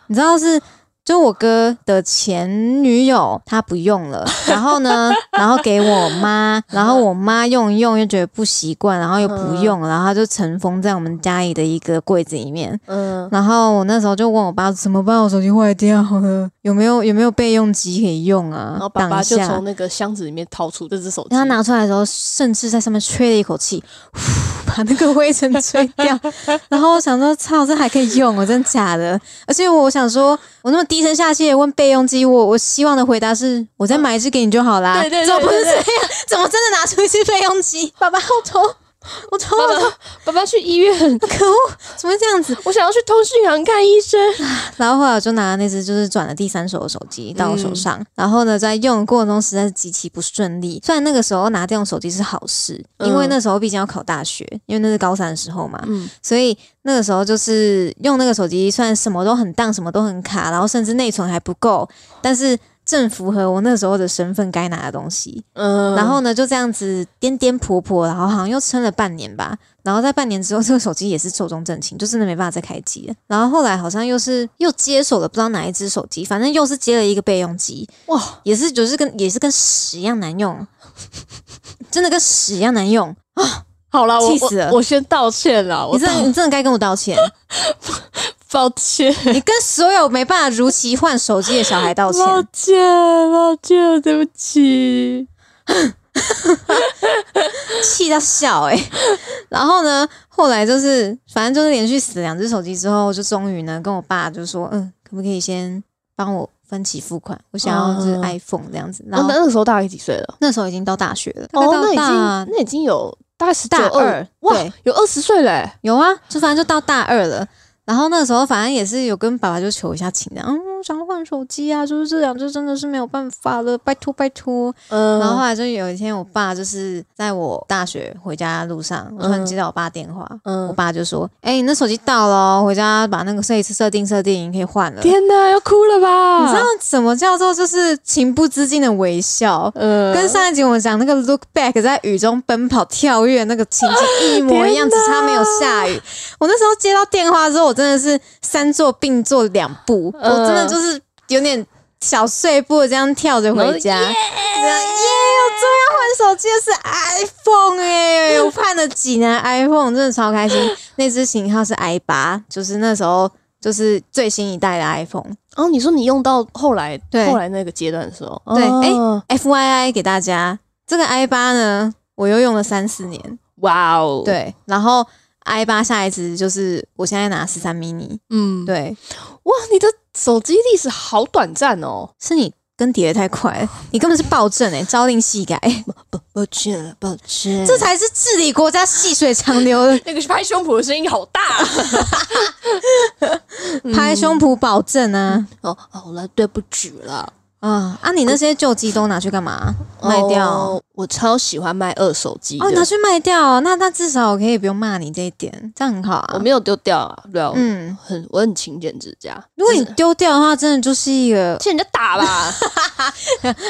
Speaker 1: 你知道是。就我哥的前女友，她不用了，然后呢，然后给我妈，然后我妈用一用又觉得不习惯，然后又不用了，然后她就尘封在我们家里的一个柜子里面。
Speaker 2: 嗯，
Speaker 1: 然后我那时候就问我爸怎么办，我手机坏掉了，有没有有没有备用机可以用啊？
Speaker 2: 然后爸爸
Speaker 1: 挡一
Speaker 2: 就
Speaker 1: 下
Speaker 2: 从那个箱子里面掏出这只手机，
Speaker 1: 然后他拿出来的时候，甚至在上面吹了一口气，呼把那个灰尘吹掉。 (laughs) 然后我想说，操，这还可以用哦，真的假的？而且我想说，我那么低声下气地问备用机，我我希望的回答是，我再买一只给你就好啦。
Speaker 2: 嗯对对对
Speaker 1: 怎么不是这
Speaker 2: 对对
Speaker 1: 样？怎么真的拿出一只备用机？爸爸，我头，我头，
Speaker 2: 爸
Speaker 1: 我头，
Speaker 2: 爸，爸爸去医院，
Speaker 1: 可恶，怎么会这样子？
Speaker 2: (laughs) 我想要去通讯行看医生。
Speaker 1: 嗯 (laughs) 然后后来我就拿了那只就是转了第三手的手机到我手
Speaker 2: 嗯
Speaker 1: 上，然后呢，在用的过程中实在是极其不顺利。虽然那个时候拿这种手机是好事，因为
Speaker 2: 嗯
Speaker 1: 那时候毕竟要考大学，因为那是高三的时候嘛，
Speaker 2: 嗯
Speaker 1: 所以那个时候就是用那个手机，虽然什么都很当，什么都很卡，然后甚至内存还不够，但是正符合我那时候的身份该拿的东西。
Speaker 2: 嗯
Speaker 1: 然后呢，就这样子颠颠婆婆，然后好像又撑了半年吧。然后在半年之后，这个手机也是寿终正寝，就真的没办法再开机了。然后后来好像又是又接手了，不知道哪一只手机，反正又是接了一个备用机，
Speaker 2: 哇，
Speaker 1: 也是就是跟也是跟屎一样难用， (laughs) 真的跟屎一样难用。
Speaker 2: 好啦，我
Speaker 1: 气死了
Speaker 2: 我我先道歉啦，我
Speaker 1: 你
Speaker 2: 道
Speaker 1: 真的你真的该跟我道歉，
Speaker 2: 抱歉，
Speaker 1: 你跟所有没办法如期换手机的小孩
Speaker 2: (laughs)
Speaker 1: 道歉。
Speaker 2: 抱歉，抱歉，对不起。
Speaker 1: 气到笑哎、 (laughs) 然后呢，后来就是反正就是连续死两只手机之后，我就终于呢跟我爸就说，嗯，可不可以先帮我分期付款？我想要就是
Speaker 2: 嗯
Speaker 1: iPhone 这样子。然
Speaker 2: 那
Speaker 1: 后
Speaker 2: 那个时候大概几岁了？
Speaker 1: 那时候已经到大学了，大
Speaker 2: 哦
Speaker 1: 概，
Speaker 2: 那
Speaker 1: 到
Speaker 2: 已
Speaker 1: 大
Speaker 2: 经那已经有大概十九
Speaker 1: 大
Speaker 2: 二
Speaker 1: 二，
Speaker 2: 哇
Speaker 1: 对，
Speaker 2: 有二十岁嘞。
Speaker 1: 有啊，就反正就到大二了。然后那时候反正也是有跟爸爸就求一下情的，嗯，我想要换手机啊，就是这两只真的是没有办法了，拜托拜托。
Speaker 2: 嗯
Speaker 1: 然后后来就有一天，我爸就是在我大学回家路上，我突然接到我爸电话，我
Speaker 2: 嗯，
Speaker 1: 爸就说：“哎、你那手机到了哦，回家把那个设一次设定设定，可以换了。”
Speaker 2: 天啊哪，要哭了吧？
Speaker 1: 你知道，什么叫做就是情不自禁的微笑？
Speaker 2: 呃
Speaker 1: 跟上一集我们讲那个 look back 在雨中奔跑跳跃那个情景一模一样，只差没有下
Speaker 2: (laughs)
Speaker 1: 雨。我那时候接到电话之后，我真的是三坐并坐两步，
Speaker 2: 嗯
Speaker 1: 我真的就是有点小碎步地这样跳着回家。
Speaker 2: 然
Speaker 1: 这样
Speaker 2: 后
Speaker 1: 耶！我终于要换手机的是 iPhone 哎、
Speaker 2: (laughs)
Speaker 1: 我盼了几年 iPhone，真的超开心。那只型号是 i 八，就是那时候就是最新一代的 iPhone。
Speaker 2: 哦，你说你用到后来，
Speaker 1: 对
Speaker 2: 后来那个阶段的时候，
Speaker 1: 对哎
Speaker 2: 哦
Speaker 1: F Y I 给大家，这个 i 八呢，我又用了三四年。
Speaker 2: 哇哦，，
Speaker 1: 对，然后 i 八下一支就是我现在拿十三 mini，
Speaker 2: 嗯，
Speaker 1: 对，
Speaker 2: 哇，你的手机历史好短暂哦，
Speaker 1: 是你跟叠的太快了，你根本是暴政哎、朝令夕改，
Speaker 2: 抱歉了，抱歉
Speaker 1: 这才是治理国家细水长流
Speaker 2: (laughs)
Speaker 1: 的
Speaker 2: 那个拍胸脯的声音好大啊嗯
Speaker 1: 拍胸脯保证啊！
Speaker 2: (laughs) 哦，好了，对不起了，
Speaker 1: 啊啊！你那些旧机都拿去干嘛？卖掉？哦，
Speaker 2: 哦我超喜欢卖二手机的，
Speaker 1: 拿去卖掉哦，那那至少我可以不用骂你这一点，这样很好
Speaker 2: 我
Speaker 1: 啊。
Speaker 2: 没有丢掉啊，对啊，我
Speaker 1: 嗯，
Speaker 2: 很我很勤俭持家，
Speaker 1: 如果你
Speaker 2: 就是
Speaker 1: 丢掉的话，真的就是一个
Speaker 2: 欠人家打吧，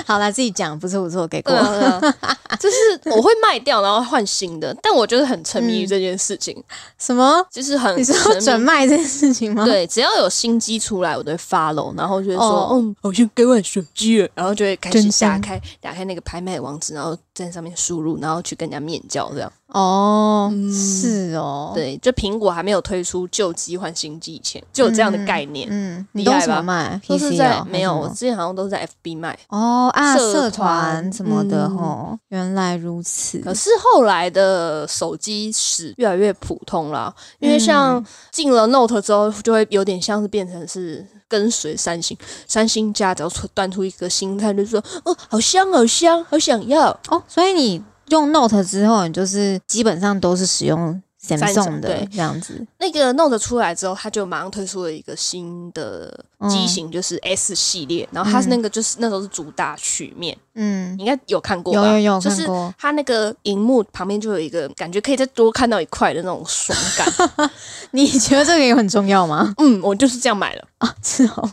Speaker 1: 好来自己讲，不错不错，给过
Speaker 2: (laughs) 对。啊，对啊就是我会卖掉，然后换新的，但我就是很沉迷于这件事情，
Speaker 1: 什么？
Speaker 2: 就是很
Speaker 1: 嗯你是
Speaker 2: 沉
Speaker 1: 要
Speaker 2: 迷
Speaker 1: 转卖这件事情吗？
Speaker 2: 对，只要有新机出来，我都会 follow，然后就会说，
Speaker 1: 哦
Speaker 2: 嗯，好像该换手机了，然后就会开始
Speaker 1: 真香
Speaker 2: 打开打开那个拍卖网址，然后在上面输入，然后去跟人家面交这样。
Speaker 1: 哦，是哦，
Speaker 2: 嗯对，就苹果还没有推出旧机换新机以前，就有这样的概念。
Speaker 1: 嗯，
Speaker 2: 厉
Speaker 1: 你都
Speaker 2: 害
Speaker 1: 什么
Speaker 2: 吧
Speaker 1: 卖？
Speaker 2: 都
Speaker 1: PC
Speaker 2: 是在嗯
Speaker 1: 哦
Speaker 2: 没有，
Speaker 1: 还
Speaker 2: 我
Speaker 1: 是什么
Speaker 2: 之前好像都是在 FB 卖，
Speaker 1: 哦啊，
Speaker 2: 社
Speaker 1: 社
Speaker 2: 团
Speaker 1: 团什么的
Speaker 2: 嗯
Speaker 1: 吼，原来如此。
Speaker 2: 可是后来的手机史越来越普通啦，因为像
Speaker 1: 嗯
Speaker 2: 进了 Note 之后，就会有点像是变成是跟随三星，三星家只要出端出一个新菜，就说哦，好香，好香，好想要。
Speaker 1: 哦，所以你用 Note 之后，你就是基本上都是使用 Samsung 的
Speaker 2: 对
Speaker 1: 这样子。
Speaker 2: 那个 Note 出来之后，它就马上推出了一个新的
Speaker 1: 嗯
Speaker 2: 机型，就是 S 系列，然后它是那个就是那时候是主打曲面，
Speaker 1: 嗯
Speaker 2: 你，应该有看过
Speaker 1: 有
Speaker 2: 吧？
Speaker 1: 有有
Speaker 2: 就
Speaker 1: 看
Speaker 2: 是
Speaker 1: 过。
Speaker 2: 它那个荧幕旁边就有一个感觉可以再多看到一块的那种爽
Speaker 1: (laughs)
Speaker 2: 感。
Speaker 1: 你觉得这个也很重要吗？ (laughs)
Speaker 2: 嗯，我就是这样买了。
Speaker 1: 是哦，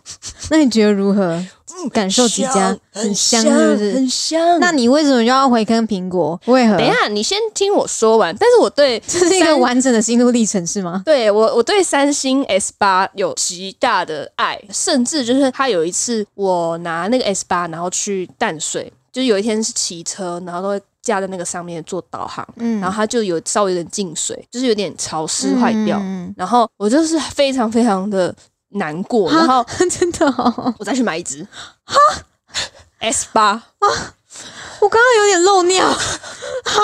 Speaker 1: 那你觉得如何？
Speaker 2: 嗯
Speaker 1: 感受极佳，很香，是不是？
Speaker 2: 很香。
Speaker 1: 那你为什么又要回坑苹果？为何？
Speaker 2: 等一，下，你先听我说完。但是我对
Speaker 1: 这是一个
Speaker 2: 三
Speaker 1: 完整的心路历程是吗？
Speaker 2: 对我我对三星 S 八有极大的爱，甚至就是他有一次我拿那个 S 八，然后去淡水，就是有一天是骑车，然后都会架在那个上面做导航，
Speaker 1: 嗯
Speaker 2: 然后它就有稍微有点进水，就是有点潮湿坏掉。
Speaker 1: 嗯
Speaker 2: 然后我就是非常非常的难过，然后
Speaker 1: (laughs) 真的哦。
Speaker 2: 我再去买一只 S 八。
Speaker 1: 我刚刚有点漏尿， (laughs) 哈，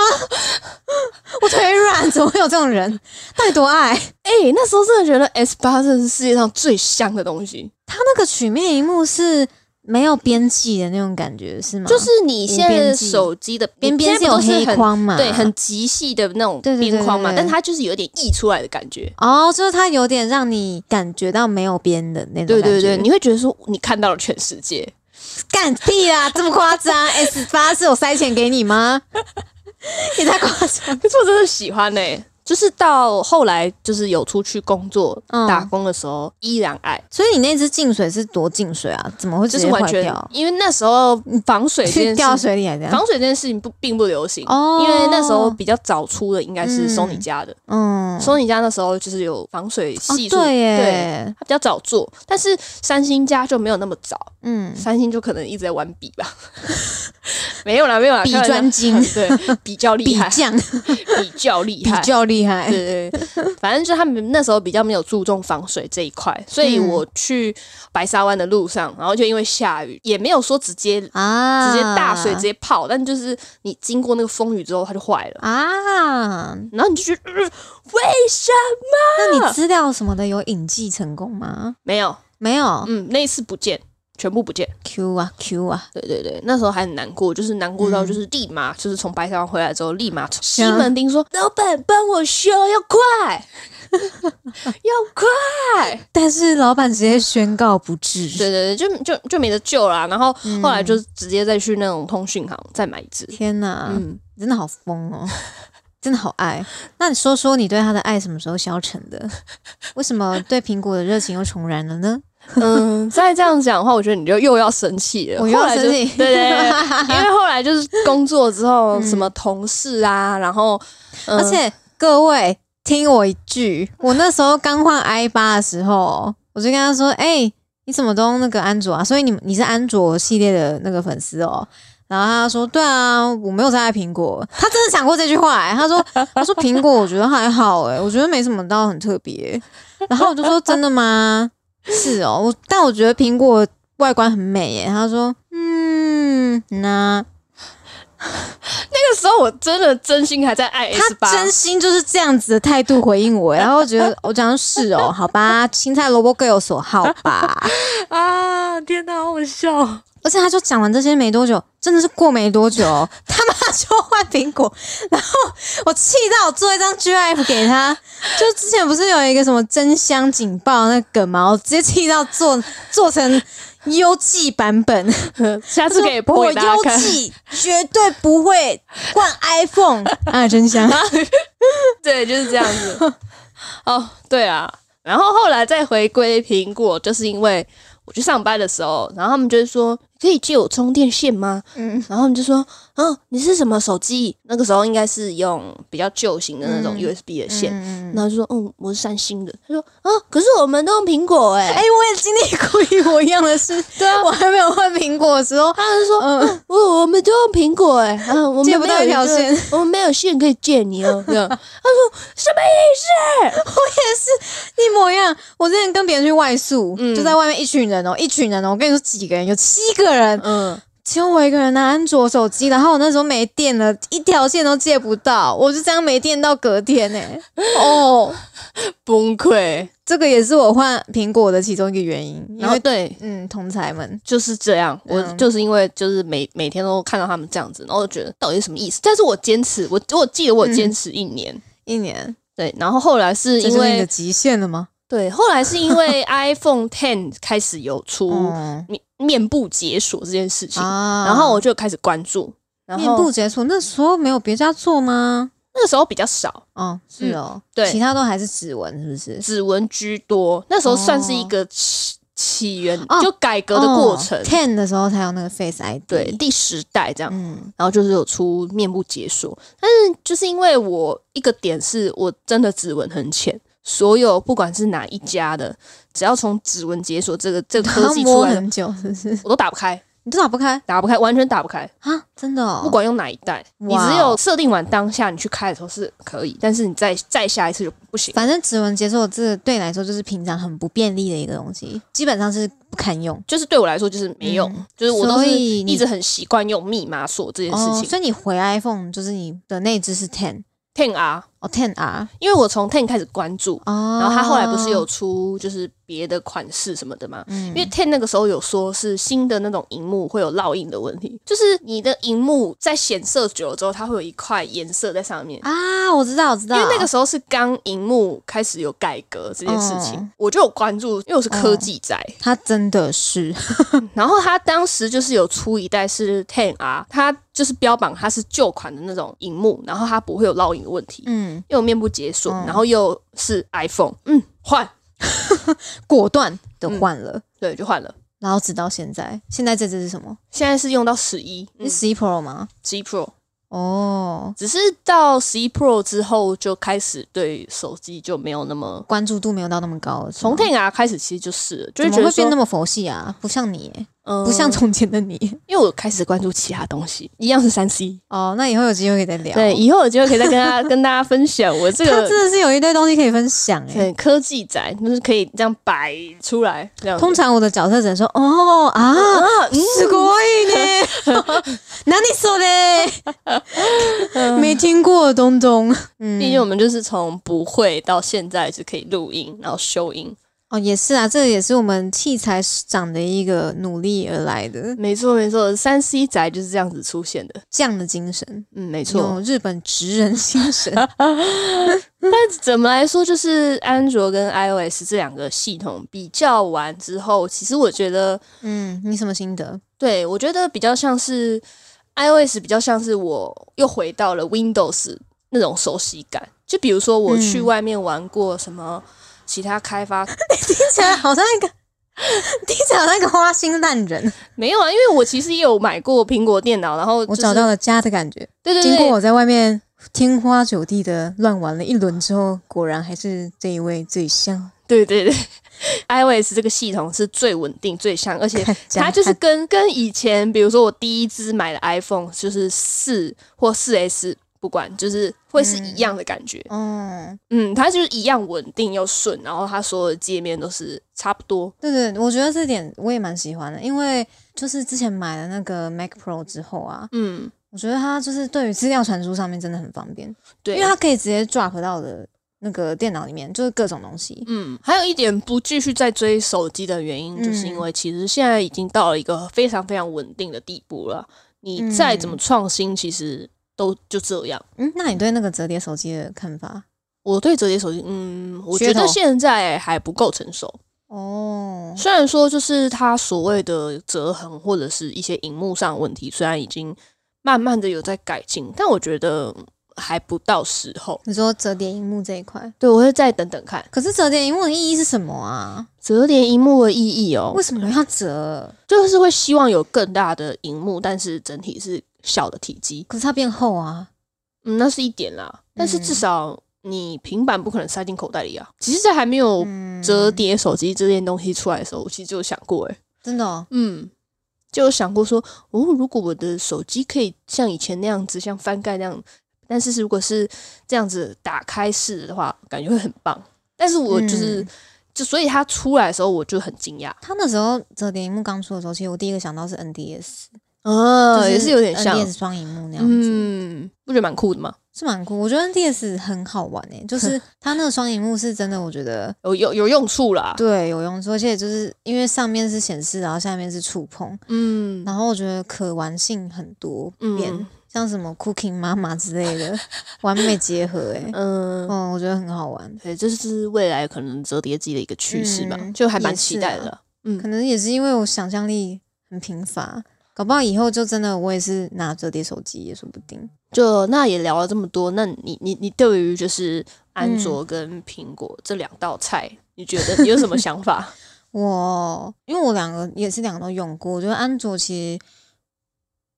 Speaker 1: 我腿软，怎么会有这种人？到底多爱？
Speaker 2: 哎、那时候真的觉得 S 八真的是世界上最香的东西，
Speaker 1: 他那个曲面荧幕是没有边际的那种感觉，是吗？
Speaker 2: 就是你现在的手机的
Speaker 1: 边边
Speaker 2: 是
Speaker 1: 有黑框嘛，
Speaker 2: 对，很极细的那种
Speaker 1: 对对对
Speaker 2: 边框嘛，
Speaker 1: 对对
Speaker 2: 但它就是有点溢出来的感觉。
Speaker 1: 哦，就是它有点让你感觉到没有边的那种
Speaker 2: 对
Speaker 1: 感觉。
Speaker 2: 对对，你会觉得说你看到了全世
Speaker 1: (laughs)
Speaker 2: 界，
Speaker 1: 干屁啦，这么夸张？S (laughs) 八是有塞钱给你吗？ (laughs) 也太夸张。
Speaker 2: 可是我真的喜欢呢、就是到后来就是有出去工作、
Speaker 1: 嗯
Speaker 2: 打工的时候，依然爱，
Speaker 1: 所以你那只进水是多进水啊？怎么会直
Speaker 2: 就是
Speaker 1: 接
Speaker 2: 完
Speaker 1: 坏
Speaker 2: 全
Speaker 1: 掉？
Speaker 2: 因为那时候防水这
Speaker 1: 去 (laughs)
Speaker 2: 件
Speaker 1: 掉
Speaker 2: 事，
Speaker 1: 水里还是怎样？
Speaker 2: 防水这件事情不并不流行。
Speaker 1: 哦
Speaker 2: 因为那时候比较早出的应该是
Speaker 1: 嗯
Speaker 2: Sony 家的、
Speaker 1: 嗯，
Speaker 2: 索 s o n y 家那时候就是有防水
Speaker 1: 哦
Speaker 2: 系数、
Speaker 1: 对
Speaker 2: 对，
Speaker 1: 耶，
Speaker 2: 它比较早做，但是三星家就没有那么早，
Speaker 1: 嗯，
Speaker 2: 三星就可能一直在玩笔吧。 (laughs) 没有啦，没有啦，
Speaker 1: 比
Speaker 2: 开玩笑
Speaker 1: 专精
Speaker 2: 对，比较厉
Speaker 1: (laughs) 比
Speaker 2: 害，
Speaker 1: 将
Speaker 2: 比较厉
Speaker 1: 比
Speaker 2: 害，
Speaker 1: 较厉害，
Speaker 2: 对对，对，反正就他们那时候比较没有注重防水这一块，所以我
Speaker 1: 嗯
Speaker 2: 去白沙湾的路上，然后就因为下雨，也没有说直接直
Speaker 1: 啊，
Speaker 2: 接大水直接泡，但就是你经过那个风雨之后，它就坏了。
Speaker 1: 啊。
Speaker 2: 然后你就觉得、呃、为什么
Speaker 1: 那
Speaker 2: 啊
Speaker 1: 你资料什么的有引记成功吗？
Speaker 2: 没有？
Speaker 1: 没有
Speaker 2: 嗯，那一次不见，全部不见。
Speaker 1: ，Q 啊 Q 啊，
Speaker 2: 对对对，那时候还很难过，就是难过到就是立马、就是从白沙湾回来之后，立马西门町说：“老板帮我修，要快， (laughs) 要快。”
Speaker 1: 但是老板直接宣告不治。
Speaker 2: 对对对，就就就没得救啦、然后后来就直接再去那种通讯行再买一只。
Speaker 1: 天哪，
Speaker 2: 嗯，
Speaker 1: 你真的好疯哦，真的好爱。那你说说你对他的爱什么时候消沉的？为什么对苹果的热情又重燃了呢？
Speaker 2: 嗯，再这样讲的话，我觉得你就又要生气 (laughs) 了。
Speaker 1: 我又要
Speaker 2: 后来就
Speaker 1: 生气
Speaker 2: 对对 (laughs) 对，因为后来就是工作之后，什么同事啊，然后、嗯
Speaker 1: 而且各位听我一句，我那时候刚换 i 八的时候，我就跟他说：“哎、你怎么都用那个安卓啊？所以你你是安卓系列的那个粉丝哦。”然后他说：“对啊，我没有在爱苹果。”他真的讲过这句话、哎他说：“ (laughs) 他说苹果我觉得还好、哎，我觉得没什么到很特别。”然后我就说：“真的吗？是哦，我但我觉得苹果外观很美、哎，他说：“嗯，那
Speaker 2: 那个时候我真的真心还在爱 S 八
Speaker 1: 他，真心就是这样子的态度回应我，然后我觉得我讲的是哦， (laughs) 好吧，青菜萝卜各有所好吧。
Speaker 2: 啊，天哪，好好笑！
Speaker 1: 而且他就讲完这些没多久，真的是过没多久，哦 (laughs) 他妈就换苹果，然后我气到我做一张 GIF 给他，就之前不是有一个什么真香警报那个梗吗？我直接气到做做成优记版本。
Speaker 2: (laughs) 下次可以播
Speaker 1: 我
Speaker 2: 给大家
Speaker 1: 优
Speaker 2: 看。
Speaker 1: 记绝对不会灌 iPhone 啊，真香！
Speaker 2: (laughs) 对，就是这样子。 (laughs) 哦，对啊，然后后来再回归苹果，就是因为我去上班的时候，然后他们就会说可以借我充电线吗？嗯，然后我们就说，嗯，你是什么手机？那个时候应该是用比较旧型的那种 USB 的线。
Speaker 1: 嗯
Speaker 2: 然后就说，嗯，我是三星的。他说，啊，可是我们都用苹果哎、
Speaker 1: 哎、我也经历过一模一样的
Speaker 2: (laughs)
Speaker 1: 事。对啊，我还没有换苹果的时候，
Speaker 2: 他就说，
Speaker 1: 嗯
Speaker 2: 嗯，我我们都用苹果哎、 (laughs) 啊，我们
Speaker 1: 借不到
Speaker 2: 没有
Speaker 1: 一条
Speaker 2: 个
Speaker 1: 线，
Speaker 2: (laughs) 我们没有线可以借你 (laughs) 哦。这样，他说什么
Speaker 1: 一模一样。我之前跟别人去外宿，
Speaker 2: 嗯
Speaker 1: 就在外面一群人哦，一群人哦，我跟你说几个人，有七个人，
Speaker 2: 嗯，
Speaker 1: 只有我一个人拿安卓手机，然后我那时候没电了，一条线都借不到，我就这样没电到隔天呢、
Speaker 2: (laughs)
Speaker 1: 哦，
Speaker 2: 崩溃。
Speaker 1: 这个也是我换苹果的其中一个原因，因
Speaker 2: 然后
Speaker 1: 为
Speaker 2: 对，
Speaker 1: 嗯，同才们
Speaker 2: 就是这样。我
Speaker 1: 嗯
Speaker 2: 就是因为就是每每天都看到他们这样子，然后我觉得到底是什么意思？但是我坚持，我我记得我坚持一年。
Speaker 1: 一年，
Speaker 2: 对，然后后来嗯是
Speaker 1: 这
Speaker 2: 因
Speaker 1: 就是你
Speaker 2: 为
Speaker 1: 的极限了吗？
Speaker 2: 对，后来是因 (laughs) 为 iPhone Ten 开始有出
Speaker 1: 嗯
Speaker 2: 面面部解锁这件事情，
Speaker 1: 啊
Speaker 2: 哦然后我就开始关注。然
Speaker 1: 面部
Speaker 2: 后
Speaker 1: 解锁那时候没有别家做吗？
Speaker 2: 那个时候比较少，
Speaker 1: 哦，是哦，
Speaker 2: 嗯对
Speaker 1: 其他都还是指纹，是不是？
Speaker 2: 指纹居多。那时候算是一
Speaker 1: 哦
Speaker 2: 个起起源，
Speaker 1: 哦
Speaker 2: 就改革的过程。
Speaker 1: ten 的时候才有那个 Face ID，
Speaker 2: 对，，第十代这样。
Speaker 1: 嗯，
Speaker 2: 然后就是有出面部解锁，但是就是因为我一个点是我真的指纹很浅，所有不管是哪一家的，只要从指纹解锁这个
Speaker 1: (laughs)
Speaker 2: 这个
Speaker 1: 然
Speaker 2: 科
Speaker 1: 后
Speaker 2: 技出
Speaker 1: 摸
Speaker 2: 来的，
Speaker 1: 很久，是不是？
Speaker 2: 我都打不开，
Speaker 1: 你都打不开
Speaker 2: 打不开，完全打不开。
Speaker 1: 啊？真的哦，
Speaker 2: 不管用哪一代，你
Speaker 1: 哇哦
Speaker 2: 只有设定完当下你去开的时候是可以，但是你再再下一次就不行。
Speaker 1: 反正指纹解锁这个对你来说就是平常很不便利的一个东西，基本上是不堪用
Speaker 2: 就是对我来说就是没用，就是我
Speaker 1: 嗯
Speaker 2: 都
Speaker 1: 所
Speaker 2: 是
Speaker 1: 以你
Speaker 2: 一直很习惯用密码锁这件事
Speaker 1: 哦。
Speaker 2: 情。
Speaker 1: 所以你回 iPhone 就是你的内置是 ten
Speaker 2: Ten R，
Speaker 1: 哦 ten R
Speaker 2: 因为我从 Ten 开始关注，
Speaker 1: 哦，
Speaker 2: 然后它后来不是有出就是别的款式什么的嘛，
Speaker 1: 嗯
Speaker 2: 因为 Ten 那个时候有说是新的那种荧幕会有烙印的问题，就是你的荧幕在显色久了之后，它会有一块颜色在上面。
Speaker 1: 啊，我知道我知道，
Speaker 2: 因为那个时候是刚荧幕开始有改革这件事情，
Speaker 1: 嗯
Speaker 2: 我就有关注，因为我是科技仔。
Speaker 1: 它真的
Speaker 2: (laughs)
Speaker 1: 是
Speaker 2: 然后它当时就是有出一代是 Ten R，它就是标榜它是旧款的那种荧幕，然后它不会有烙印的问题，
Speaker 1: 嗯
Speaker 2: 又有面部解锁，
Speaker 1: 嗯
Speaker 2: 然后又是 iPhone，嗯，换，
Speaker 1: 果断的
Speaker 2: 嗯
Speaker 1: 换了，
Speaker 2: 对，就换了。
Speaker 1: 然后直到现在，现在这只是什么？
Speaker 2: 现在是用到十一、嗯
Speaker 1: 是、十一 Pro 吗？
Speaker 2: 十一 Pro，
Speaker 1: 哦，
Speaker 2: 只是到十一 Pro 之后就开始对手机就没有那么
Speaker 1: 关注度没有到那么高了，是吗
Speaker 2: 嗯从 Ten R 开始，其实就是了就
Speaker 1: 怎
Speaker 2: 是
Speaker 1: 么
Speaker 2: 觉得
Speaker 1: 会变那
Speaker 2: 说，
Speaker 1: 么佛系啊？不像你耶，
Speaker 2: 嗯
Speaker 1: 不像从前的
Speaker 2: (laughs)
Speaker 1: 你。
Speaker 2: 因为我开始关注其他东西，一样是三 C。哦
Speaker 1: 哦，那以后有机会可以再聊。
Speaker 2: 对，，以后有机会可以再跟大家 (laughs) 跟大家分享我这
Speaker 1: 他
Speaker 2: 个
Speaker 1: 真的是有一堆东西可以分享哎、
Speaker 2: 对科技宅，就是可以这样摆出来这样子。
Speaker 1: 通常我的角色只能说哦啊，
Speaker 2: 嗯
Speaker 1: すごいね，
Speaker 2: (laughs)
Speaker 1: 哪里说的？
Speaker 2: 嗯
Speaker 1: 没听过的东东，嗯，
Speaker 2: 毕竟我们就是从不会到现在是可以录音，然后修音。
Speaker 1: 哦，也是啊，这也是我们器材长的一个努力而来的
Speaker 2: 没错，没错，三 C 宅就是这样子出现的。
Speaker 1: 这样的精神，
Speaker 2: 嗯，没错。
Speaker 1: 有日本职人精
Speaker 2: (laughs)
Speaker 1: 神。
Speaker 2: 怎么来说，就是安卓跟 iOS 这两个系统比较完之后，其实我觉得，
Speaker 1: 嗯，你什么心得？
Speaker 2: 对我觉得比较像是 iOS，比较像是我又回到了 Windows 那种熟悉感。就比如说我去
Speaker 1: 嗯
Speaker 2: 外面玩过什么其他开发，
Speaker 1: 听起来好像一个， (laughs) 听起来好像一个花心烂人。
Speaker 2: 没有啊，因为我其实也有买过苹果电脑，然后、
Speaker 1: 我
Speaker 2: 就是、
Speaker 1: 找到了家的感觉。
Speaker 2: 对对对，
Speaker 1: 经过我在外面天花九地的乱玩了一轮之后，果然还是这一位最香。
Speaker 2: 对对 (laughs) 对，iOS 这个系统是最稳定、最像，而且它就是跟跟以前，比如说我第一支买的 iPhone 就是四或四 S，不管就是会是一样的感觉。
Speaker 1: 哦，
Speaker 2: 嗯它就是一样稳定又顺，然后它所有的界面都是差不多。
Speaker 1: 对对，我觉得这点我也蛮喜欢的，因为就是之前买了那个 Mac Pro 之后啊，
Speaker 2: 嗯，
Speaker 1: 我觉得它就是对于资料传输上面真的很方便，因
Speaker 2: 对
Speaker 1: 为。它可以直接 drop 到的那个电脑里面，就是各种东西。
Speaker 2: 嗯，还有一点不继续再追手机的原因，
Speaker 1: 嗯
Speaker 2: 就是因为其实现在已经到了一个非常非常稳定的地步了。你
Speaker 1: 嗯
Speaker 2: 再怎么创新，其实都就这样。
Speaker 1: 嗯，那你对那个折叠手机的看法？
Speaker 2: 我对折叠手机，嗯，我
Speaker 1: 噱
Speaker 2: 觉得
Speaker 1: 头
Speaker 2: 现在还不够成熟。
Speaker 1: 哦，
Speaker 2: 虽然说，就是它所谓的折痕或者是一些荧幕上的问题，虽然已经慢慢的有在改进，但我觉得还不到时候。
Speaker 1: 你说折叠荧幕这一块，
Speaker 2: 对我会再等等看
Speaker 1: 可是折叠荧幕的意义是什么啊？
Speaker 2: 折叠荧幕的意义哦
Speaker 1: 为，什么要折？
Speaker 2: 就是会希望有更大的荧幕，但是整体是小的体积。
Speaker 1: 可是它变厚啊。
Speaker 2: 嗯，那是一点啦，但是至少你平板不可能塞进口袋里啊。其实，在还没有
Speaker 1: 嗯
Speaker 2: 折叠手机这件东西出来的时候，我其实就有想过、欸，
Speaker 1: 真的、哦，
Speaker 2: 嗯，就有想过说，哦，如果我的手机可以像以前那样子，像翻盖那样，但是如果是这样子打开式的话，感觉会很棒。但是我就是，
Speaker 1: 嗯
Speaker 2: 就所以它出来的时候，我就很惊讶，
Speaker 1: 他那时候折叠荧幕刚出的时候，其实我第一个想到是 NDS，
Speaker 2: 哦，
Speaker 1: 就
Speaker 2: 也是有点像，
Speaker 1: NDS 双荧幕那样子，
Speaker 2: 嗯，不觉得蛮酷的吗？
Speaker 1: 是蛮酷。我觉得 NDS 很好玩诶、
Speaker 2: (laughs)
Speaker 1: 就是它那个双荧幕是真的，我觉得
Speaker 2: 有有有用处啦，
Speaker 1: 对有用处，而且就是因为上面是显示，然后下面是触碰，
Speaker 2: 嗯
Speaker 1: 然后我觉得可玩性很多变，
Speaker 2: 嗯
Speaker 1: 像什么 Cooking 妈妈之类的， (laughs) 完美结合诶、
Speaker 2: 嗯。
Speaker 1: 嗯，我觉得很好玩。
Speaker 2: 对，这是未来可能折叠机的一个趋势吧，
Speaker 1: 嗯
Speaker 2: 就还蛮
Speaker 1: 也是
Speaker 2: 期待的
Speaker 1: 啊
Speaker 2: 啦。嗯
Speaker 1: 可能也是因为我想象力很贫乏，搞不好以后就真的我也是拿折叠手机也说不定。
Speaker 2: 就那也聊了这么多，那你你你对于就是安
Speaker 1: 嗯
Speaker 2: 卓跟苹果这两道菜，你觉得你 (laughs) 有什么想
Speaker 1: (laughs)
Speaker 2: 法？
Speaker 1: 我因为我两个也是两个都用过，我觉得安卓其实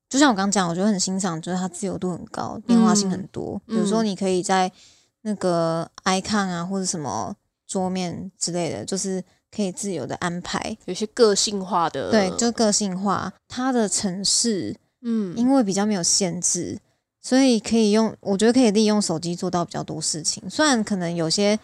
Speaker 1: 就像我刚讲，我觉得很欣赏，就是它自由度很高，变化性很多。比如说，
Speaker 2: 嗯
Speaker 1: 你可以在那个 icon 啊，或者什么桌面之类的，就是可以自由的安排。
Speaker 2: 有些个性化的，
Speaker 1: 对，就个性化，它的城市
Speaker 2: 嗯，
Speaker 1: 因为比较没有限制，所以可以用，我觉得可以利用手机做到比较多事情。虽然可能有些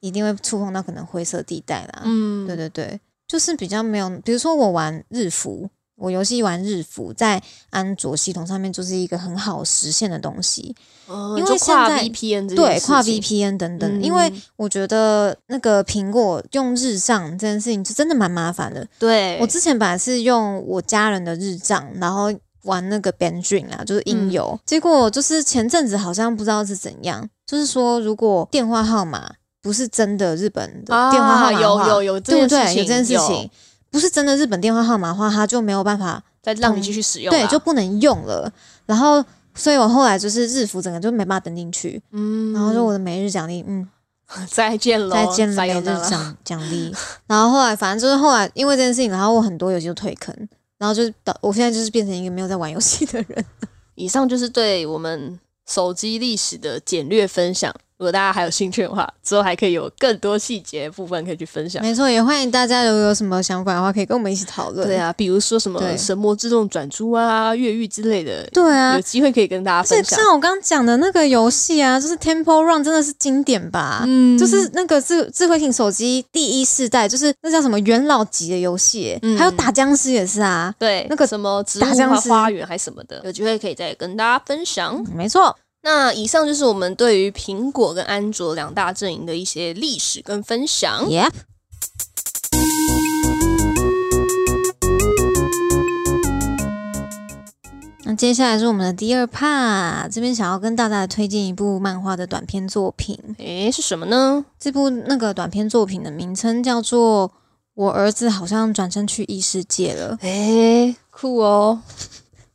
Speaker 1: 一定会触碰到可能灰色地带啦，
Speaker 2: 嗯
Speaker 1: 对对对，就是比较没有，比如说我玩日服，我游戏玩日服，在安卓系统上面就是一个很好实现的东西，
Speaker 2: 哦
Speaker 1: 因为
Speaker 2: 就跨
Speaker 1: 现在
Speaker 2: VPN 这件
Speaker 1: 对，
Speaker 2: 事
Speaker 1: 跨
Speaker 2: 情
Speaker 1: VPN 等等，因为
Speaker 2: 嗯
Speaker 1: 我觉得那个苹果用日账这件事情就真的蛮麻烦的，
Speaker 2: 对，
Speaker 1: 我之前本来是用我家人的日账，然后玩那个 b a n d r i n 啊，就是
Speaker 2: 嗯
Speaker 1: 音游、结果就是前阵子好像不知道是怎样，就是说如果电话号码不是真的日本的
Speaker 2: 啊
Speaker 1: 电话号码的话、
Speaker 2: 有有有这
Speaker 1: 对不
Speaker 2: 件
Speaker 1: 对？
Speaker 2: 事情，
Speaker 1: 有这件事情
Speaker 2: 有，
Speaker 1: 不是真的日本电话号码的话，它就没有办法，
Speaker 2: 再让你继续使用啊
Speaker 1: 嗯
Speaker 2: 啦，
Speaker 1: 对，就不能用了。然后，所以我后来就是日服整个就没办法登进去，
Speaker 2: 嗯
Speaker 1: 然后就我的每日奖励，嗯，
Speaker 2: 再见喽，
Speaker 1: 再见了，
Speaker 2: 再
Speaker 1: 每
Speaker 2: 有
Speaker 1: 日
Speaker 2: 那
Speaker 1: 奖奖励。 (laughs) 然后后来，反正就是后来因为这件事情，然后我很多游戏就退坑，然后就是导我现在就是变成一个没有在玩游
Speaker 2: (laughs)
Speaker 1: 戏的人。
Speaker 2: 以上就是对我们手机历史的简略分享。如果大家还有兴趣的话，之后还可以有更多细节部分可以去分享。
Speaker 1: 没错，也欢迎大家如果有什么想法的话，可以跟我们一起讨论。
Speaker 2: 对，啊，比如说什么
Speaker 1: 对
Speaker 2: 神魔自动转租啊、越狱之类的，
Speaker 1: 对啊
Speaker 2: 有，机会可以跟大家
Speaker 1: 这
Speaker 2: 分享。
Speaker 1: 像我刚刚讲的那个游戏啊，就是 Temple Run 真的是经典吧？
Speaker 2: 嗯
Speaker 1: 就是那个智智慧型手机第一世代，就是那叫什么元老级的游戏耶、
Speaker 2: 嗯
Speaker 1: 还有打僵尸也是啊，
Speaker 2: 对
Speaker 1: 那个
Speaker 2: 什么植物
Speaker 1: 打僵
Speaker 2: 花
Speaker 1: 尸
Speaker 2: 花园还什么的，有机会可以再跟大家分享。
Speaker 1: 嗯没错，
Speaker 2: 那以上就是我们对于苹果跟安卓两大阵营的一些历史跟分享。
Speaker 1: 耶、那接下来是我们的第二 part，这边想要跟大家推荐一部漫画的短篇作品。
Speaker 2: 诶，是什么呢？
Speaker 1: 这部那个短篇作品的名称叫做《我儿子好像转身去异世界了》。
Speaker 2: 诶，酷哦！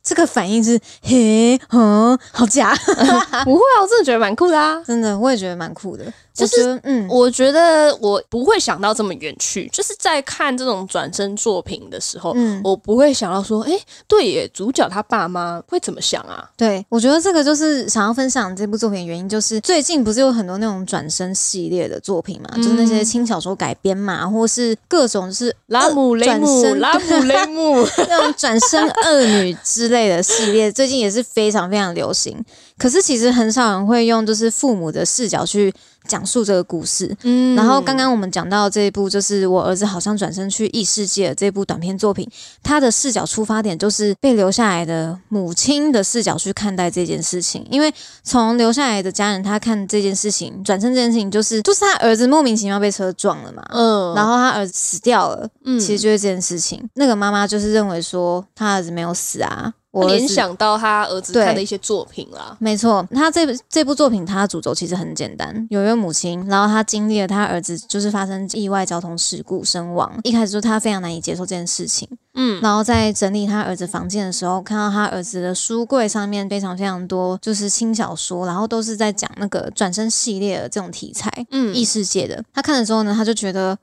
Speaker 1: 这个反应是嘿，嗯，好假，
Speaker 2: (laughs) 不会啊，我真的觉得蛮酷的啊。
Speaker 1: 真的，我也觉得蛮酷的。
Speaker 2: 就
Speaker 1: 就是是嗯，
Speaker 2: 我觉得我不会想到这么远去，就是在看这种转身作品的时候，
Speaker 1: 嗯
Speaker 2: 我不会想到说，诶，对耶，主角他爸妈会怎么想啊？
Speaker 1: 对，我觉得这个就是想要分享这部作品的原因，就是最近不是有很多那种转身系列的作品嘛，就是那些轻小说改编嘛，或是各种就是
Speaker 2: 拉姆雷
Speaker 1: 呃转
Speaker 2: 姆，
Speaker 1: 身 (laughs)
Speaker 2: 拉姆雷姆，
Speaker 1: 那种转身恶女之类的系列，最近也是非常非常流行。可是其实很少人会用就是父母的视角去讲述这个故事，
Speaker 2: (laughs) 嗯
Speaker 1: 然后刚刚我们讲到这一部，就是我儿子好像转身去异世界的这部短片作品，他的视角出发点就是被留下来的母亲的视角去看待这件事情，因为从留下来的家人他看这件事情，转身这件事情就是就是他儿子莫名其妙被车撞了嘛。
Speaker 2: 嗯
Speaker 1: 然后他儿子死掉了，
Speaker 2: 嗯
Speaker 1: 其实就是这件事情。那个妈妈就是认为说他儿子没有死啊，我儿子
Speaker 2: 联想到他儿子
Speaker 1: 对
Speaker 2: 看的一些作品啦。
Speaker 1: 没错，他这部这部作品，它的主轴其实很简单，有一位母亲，然后她经历了她儿子就是发生意外交通事故身亡，一开始就她非常难以接受这件事情，
Speaker 2: 嗯，
Speaker 1: 然后在整理她儿子房间的时候，看到她儿子的书柜上面非常非常多就是轻小说，然后都是在讲那个转身系列的这种题材，
Speaker 2: 嗯
Speaker 1: 异世界的。她看的时候呢，她就觉得。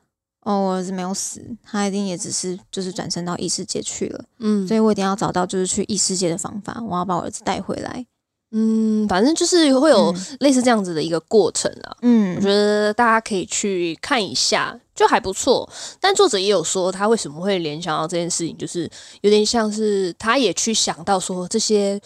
Speaker 1: 哦，我儿子没有死，他一定也只是就是转身到异世界去了，
Speaker 2: 嗯
Speaker 1: 所以我一定要找到就是去异世界的方法，我要把我儿子带回来。
Speaker 2: 嗯，反正就是会有类似这样子的一个过程啊。
Speaker 1: 嗯
Speaker 2: 我觉得大家可以去看一下，就还不错。但作者也有说，他为什么会联想到这件事情，就是有点像是他也去想到说，这些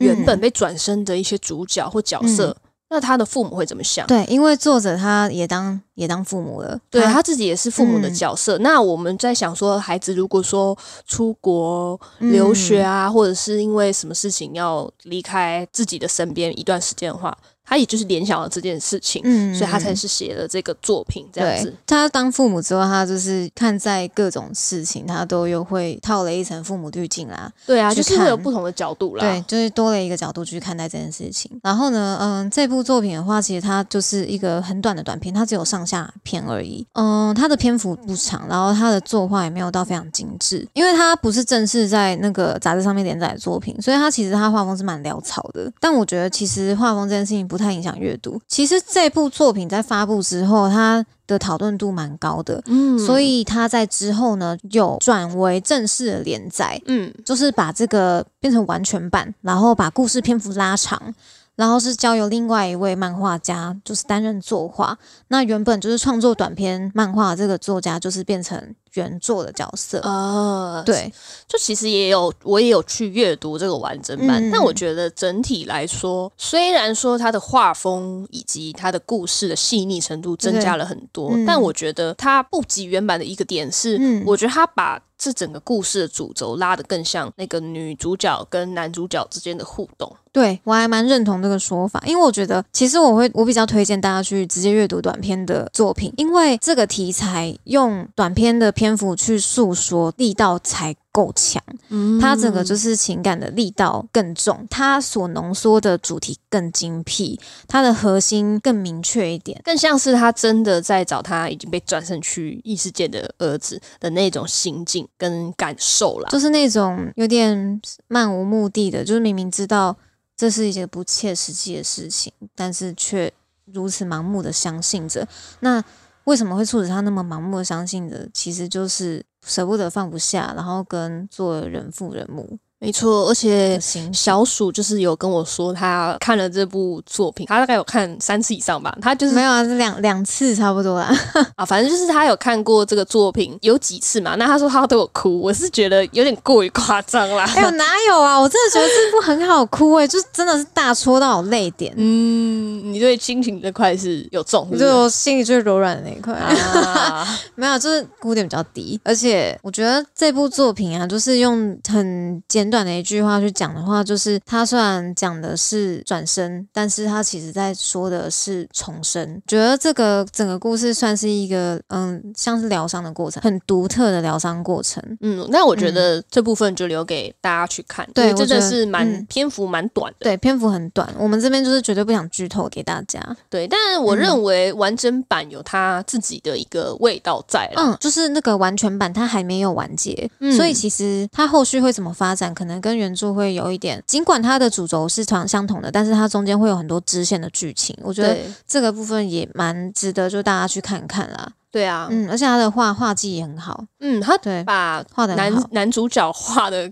Speaker 2: 原
Speaker 1: 嗯
Speaker 2: 本被转身的一些主角或角色，那他的父母会怎么想？
Speaker 1: 对，因为作者他也当也当父母了，
Speaker 2: 对
Speaker 1: 他
Speaker 2: 他自己也是父母的
Speaker 1: 嗯
Speaker 2: 角色。那我们在想说，孩子如果说出国留学
Speaker 1: 嗯
Speaker 2: 啊，或者是因为什么事情要离开自己的身边一段时间的话，他也就是联想了这件事情，
Speaker 1: 嗯
Speaker 2: 所以他才是写了这个作品这样
Speaker 1: 对
Speaker 2: 子。。
Speaker 1: 他当父母之后，他就是看在各种事情，他都又会套了一层父母滤镜啦。
Speaker 2: 对啊，
Speaker 1: 去
Speaker 2: 就是会有
Speaker 1: 看
Speaker 2: 不同的角度啦。
Speaker 1: 对，就是多了一个角度去看待这件事情。然后呢，嗯，这部作品的话，其实它就是一个很短的短片，它只有上下篇而已。嗯，它的篇幅不长，然后它的作画也没有到非常精致，因为它不是正式在那个杂志上面连载的作品，所以它其实它画风是蛮潦草的。但我觉得其实画风这件事情不太影响阅读。其实这部作品在发布之后，它的讨论度蛮高的。
Speaker 2: 嗯
Speaker 1: 所以它在之后呢，有转为正式的连载，
Speaker 2: 嗯，
Speaker 1: 就是把这个变成完全版，然后把故事篇幅拉长，然后是交由另外一位漫画家就是担任作画。那原本就是创作短篇漫画的这个作家，就是变成原作的角色。
Speaker 2: 呃，，
Speaker 1: 对，
Speaker 2: 就其实也有我也有去阅读这个完整版，
Speaker 1: 嗯
Speaker 2: 但我觉得整体来说，虽然说它的画风以及它的故事的细腻程度增加了很多，
Speaker 1: 对嗯
Speaker 2: 但我觉得它不及原版的一个点是，
Speaker 1: 嗯
Speaker 2: 我觉得它把这整个故事的主轴拉得更像那个女主角跟男主角之间的互动。
Speaker 1: 对我还蛮认同这个说法，因为我觉得其实我会我比较推荐大家去直接阅读短篇的作品，因为这个题材用短篇的篇幅去诉说，力道才够强。
Speaker 2: 嗯
Speaker 1: 它整个就是情感的力道更重，它所浓缩的主题更精辟，它的核心更明确一点。
Speaker 2: 更像是他真的在找他已经被转身去异世界的儿子的那种心境跟感受啦。
Speaker 1: 就是那种有点漫无目的的，就是明明知道这是一件不切实际的事情，但是却如此盲目的相信着。那为什么会促使他那么盲目的相信着？其实就是舍不得放不下，然后跟做人父人母
Speaker 2: 没错，而且
Speaker 1: 行
Speaker 2: 小鼠就是有跟我说，他看了这部作品，他大概有看三次以上吧。他就是
Speaker 1: 没有啊，两两次差不多啦。
Speaker 2: 啊，反正就是他有看过这个作品有几次嘛。那他说他都有哭，我是觉得有点过于夸张
Speaker 1: (laughs)
Speaker 2: 啦。
Speaker 1: 哎呦，哪有啊！我真的觉得这部很好哭哎、就是真的是大戳到我泪点，
Speaker 2: 嗯，你对亲情这块是有重视
Speaker 1: 就是我心里最柔软的那一块。
Speaker 2: 啊？ (laughs)
Speaker 1: 没有，就是哭点比较低，而且我觉得这部作品啊，就是用很简短的一句话去讲的话，就是它虽然讲的是转身，但是它其实在说的是重生。觉得这个整个故事算是一个嗯，像是疗伤的过程，很独特的疗伤过程。
Speaker 2: 嗯，那我觉得这部分就留给大家去看，
Speaker 1: 对
Speaker 2: 因为
Speaker 1: 我
Speaker 2: 真的
Speaker 1: 觉得
Speaker 2: 是蛮、
Speaker 1: 嗯
Speaker 2: 篇幅蛮短的。
Speaker 1: 对，篇幅很短，我们这边就是绝对不想剧透给大家。
Speaker 2: 对，但
Speaker 1: 嗯
Speaker 2: 我认为完整版有它自己的一个味道在啦。
Speaker 1: 嗯，就是那个完全版它还没有完结，
Speaker 2: 嗯
Speaker 1: 所以其实它后续会怎么发展，可能跟原著会有一点。尽管它的主轴是常相同的，但是它中间会有很多支线的剧情，我觉得
Speaker 2: 对
Speaker 1: 这个部分也蛮值得就大家去看看啦。
Speaker 2: 对啊，
Speaker 1: 嗯，而且它的画画技也很好，
Speaker 2: 嗯，他
Speaker 1: 对，
Speaker 2: 把
Speaker 1: 画的
Speaker 2: 男
Speaker 1: 很好，
Speaker 2: 男主角画的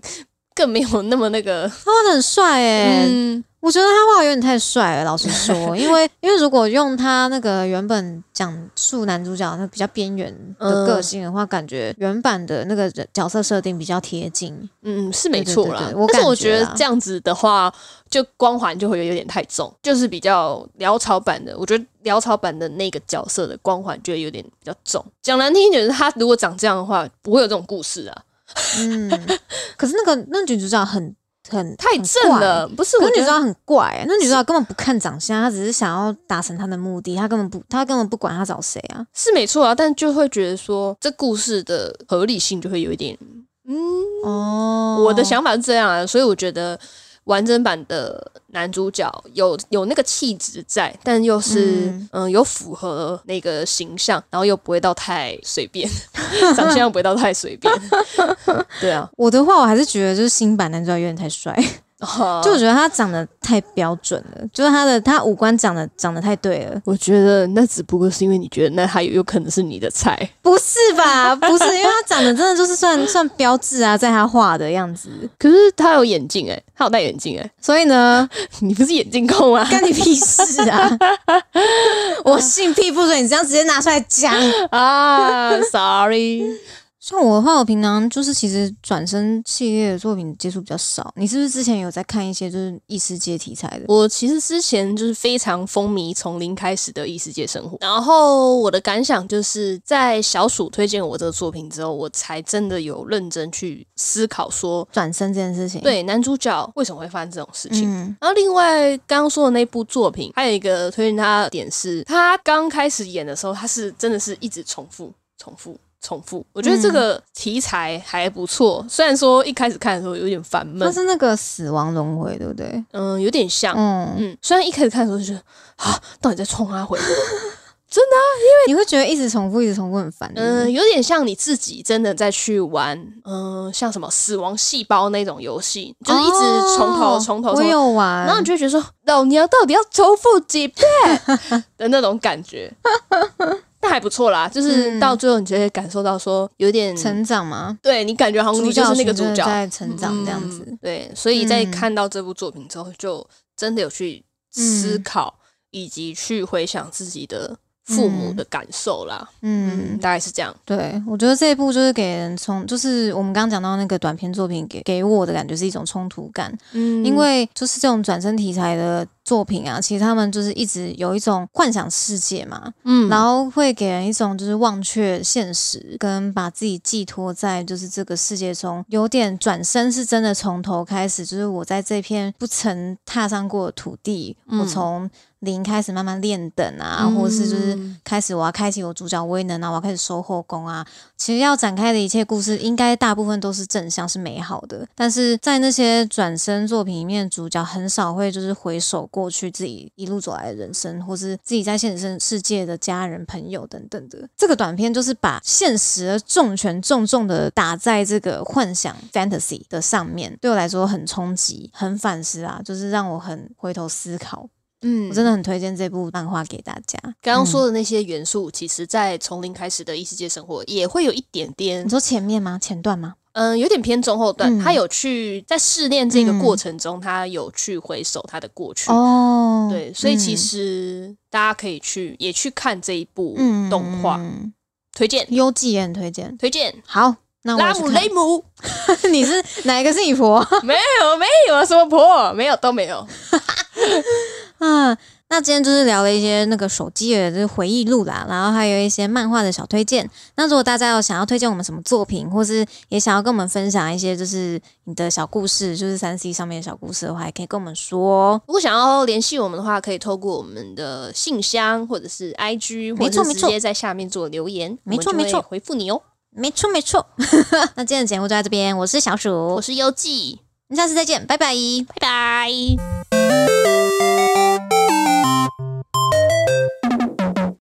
Speaker 2: 更没有那么那个，
Speaker 1: 他画的很帅诶、
Speaker 2: 嗯，
Speaker 1: 我觉得他画得有点太帅了，老实
Speaker 2: (laughs)
Speaker 1: 说，因为因为如果用他那个原本讲述男主角那比较边缘
Speaker 2: 嗯
Speaker 1: 的个性的话，感觉原版的那个人角色设定比较贴近。
Speaker 2: 嗯，是没错啦。
Speaker 1: 对对对我
Speaker 2: 但是我
Speaker 1: 感觉
Speaker 2: 觉得
Speaker 1: 啦
Speaker 2: 这样子的话，就光环就会有点太重，就是比较潦草版的。我觉得潦草版的那个角色的光环就会有点比较重。讲难听一点，就是他如果长这样的话，不会有这种故事啊，
Speaker 1: 嗯， (laughs) 可是那个那女主角很很
Speaker 2: 太正，了。不是
Speaker 1: 很怪
Speaker 2: 我
Speaker 1: 可是女
Speaker 2: 觉
Speaker 1: 主
Speaker 2: 得。
Speaker 1: 角很怪、那女主角根本不看长相，她只是想要达成她的目的，她根本不她根本不管她找谁啊。
Speaker 2: 是没错啊，但就会觉得说这故事的合理性就会有一点，
Speaker 1: 哦
Speaker 2: 我的想法是这样啊，所以我觉得完整版的男主角有有那个气质在，但又是嗯
Speaker 1: 嗯、
Speaker 2: 有符合那个形象，然后又不会到太随便， (laughs) 长相又不会到太随便， (laughs) 对啊，
Speaker 1: 我的话，我还是觉得就是新版男主角有点太帅，就我
Speaker 2: (laughs) 就
Speaker 1: 觉得他长得太标准了，就是他的他五官长得长得太对了，
Speaker 2: (laughs) 我觉得那只不过是因为你觉得那还有有可能是你的菜，
Speaker 1: 不是吧？不是，因为他长得真的就是算算标志啊，在他画的样子，
Speaker 2: 可是他有眼镜哎、他有戴眼镜哎、
Speaker 1: 所以呢，
Speaker 2: (laughs) 你不是眼镜控啊吗？
Speaker 1: 干你屁事啊！ (laughs) 我信屁不准你这样直接拿出来讲。
Speaker 2: 啊，sorry，
Speaker 1: 像我的话，我平常就是其实转身系列的作品接触比较少。你是不是之前有在看一些就是异世界题材的？
Speaker 2: 我其实之前就是非常风靡从零开始的异世界生活，然后我的感想就是在小鼠推荐我这个作品之后，我才真的有认真去思考说，
Speaker 1: 转身这件事情，，
Speaker 2: 对男主角为什么会发生这种事情。
Speaker 1: 嗯，
Speaker 2: 然后，另外刚刚说的那部作品，还有一个推荐他的点是，他刚开始演的时候，他是真的是一直重复、重复、重复。我觉得
Speaker 1: 嗯
Speaker 2: 这个题材还不错，虽然说一开始看的时候有点烦闷
Speaker 1: 它，是那个死亡轮回，对不对？
Speaker 2: 嗯、有点像，
Speaker 1: 嗯，
Speaker 2: 嗯，虽然一开始看的时候就觉得啊，到底在冲他
Speaker 1: (laughs)
Speaker 2: 回，
Speaker 1: 你会觉得一直重复，一直重复很烦。
Speaker 2: 嗯、
Speaker 1: 嗯，
Speaker 2: 有点像你自己真的在去玩，嗯、像什么死亡细胞那种游戏，就是一直从头、
Speaker 1: 哦
Speaker 2: 从头
Speaker 1: 我
Speaker 2: 从头，
Speaker 1: 有玩，
Speaker 2: 然后你就会觉得说，老娘到底要重复几遍的那种感
Speaker 1: (laughs)
Speaker 2: 觉。但还不错啦，就是
Speaker 1: 嗯
Speaker 2: 到最后你就会感受到说有点，
Speaker 1: 成长嘛，
Speaker 2: 对你感觉好像嗯你就是那个主
Speaker 1: 群真的
Speaker 2: 角，
Speaker 1: 在成长这样子。
Speaker 2: 嗯对，所以在
Speaker 1: 嗯
Speaker 2: 看到这部作品之后，就真的有去思
Speaker 1: 嗯
Speaker 2: 考、以及去回想自己的父母的感受啦。嗯，
Speaker 1: 嗯，
Speaker 2: 大概是这样。
Speaker 1: 对，我觉得这一部就是给人冲，就是我们刚刚讲到那个短篇作品给给我的感觉是一种冲突感。
Speaker 2: 嗯
Speaker 1: 因为就是这种转身题材的作品啊，其实他们就是一直有一种幻想世界嘛，
Speaker 2: 嗯
Speaker 1: 然后会给人一种就是忘却现实，跟把自己寄托在就是这个世界中，有点转身是真的从头开始，就是我在这片不曾踏上过的土地，
Speaker 2: 嗯
Speaker 1: 我从零开始慢慢练等啊，或者是就是开始我要开启我主角威能啊，我要开始收后宫啊。其实要展开的一切故事，应该大部分都是正向，是美好的。但是在那些转身作品里面，主角很少会就是回首过去自己一路走来的人生，或是自己在现实世界的家人、朋友等等的。这个短片就是把现实的重拳重重的打在这个幻想 fantasy 的上面，对我来说很冲击，很反思啊，就是让我很回头思考。
Speaker 2: 嗯
Speaker 1: 我真的很推荐这部漫画给大家。
Speaker 2: 刚刚
Speaker 1: 嗯
Speaker 2: 说的那些元素，其实在从零开始的异世界生活也会有一点点
Speaker 1: 你。说前面吗？前段吗？
Speaker 2: 嗯，有点偏中后段。
Speaker 1: 嗯
Speaker 2: 他有去在试炼这个
Speaker 1: 嗯
Speaker 2: 过程中，他有去回首他的过去。
Speaker 1: 哦，
Speaker 2: 对，所以其
Speaker 1: 嗯
Speaker 2: 实大家可以去也去看这一部
Speaker 1: 嗯
Speaker 2: 动画，
Speaker 1: 嗯
Speaker 2: 推荐
Speaker 1: 幽记也很推荐。
Speaker 2: 推荐。
Speaker 1: 好，那我
Speaker 2: 拉
Speaker 1: 去
Speaker 2: 姆
Speaker 1: 看
Speaker 2: 雷，姆
Speaker 1: (laughs) 你是哪一个是你婆？
Speaker 2: 没有 (laughs) 没有什么婆，没有都没有。
Speaker 1: (laughs) 嗯，那今天就是聊了一些那个手机的就是回忆录啦，然后还有一些漫画的小推荐。那如果大家有想要推荐我们什么作品，或是也想要跟我们分享一些就是你的小故事，就是三 C 上面的小故事的话，也可以跟我们说哦。
Speaker 2: 如果想要联系我们的话，可以透过我们的信箱或者是 IG，
Speaker 1: 没
Speaker 2: 或
Speaker 1: 错
Speaker 2: 者是
Speaker 1: 没
Speaker 2: 直
Speaker 1: 错
Speaker 2: 接在下面做留言，
Speaker 1: 没错
Speaker 2: 我们就会
Speaker 1: 没错
Speaker 2: 回复你哦。
Speaker 1: 没错没错， (laughs) 那今天的节目就到这边，我是小
Speaker 2: 我
Speaker 1: 鼠，
Speaker 2: 是优记，
Speaker 1: 我们下次再见，拜拜。
Speaker 2: 拜拜。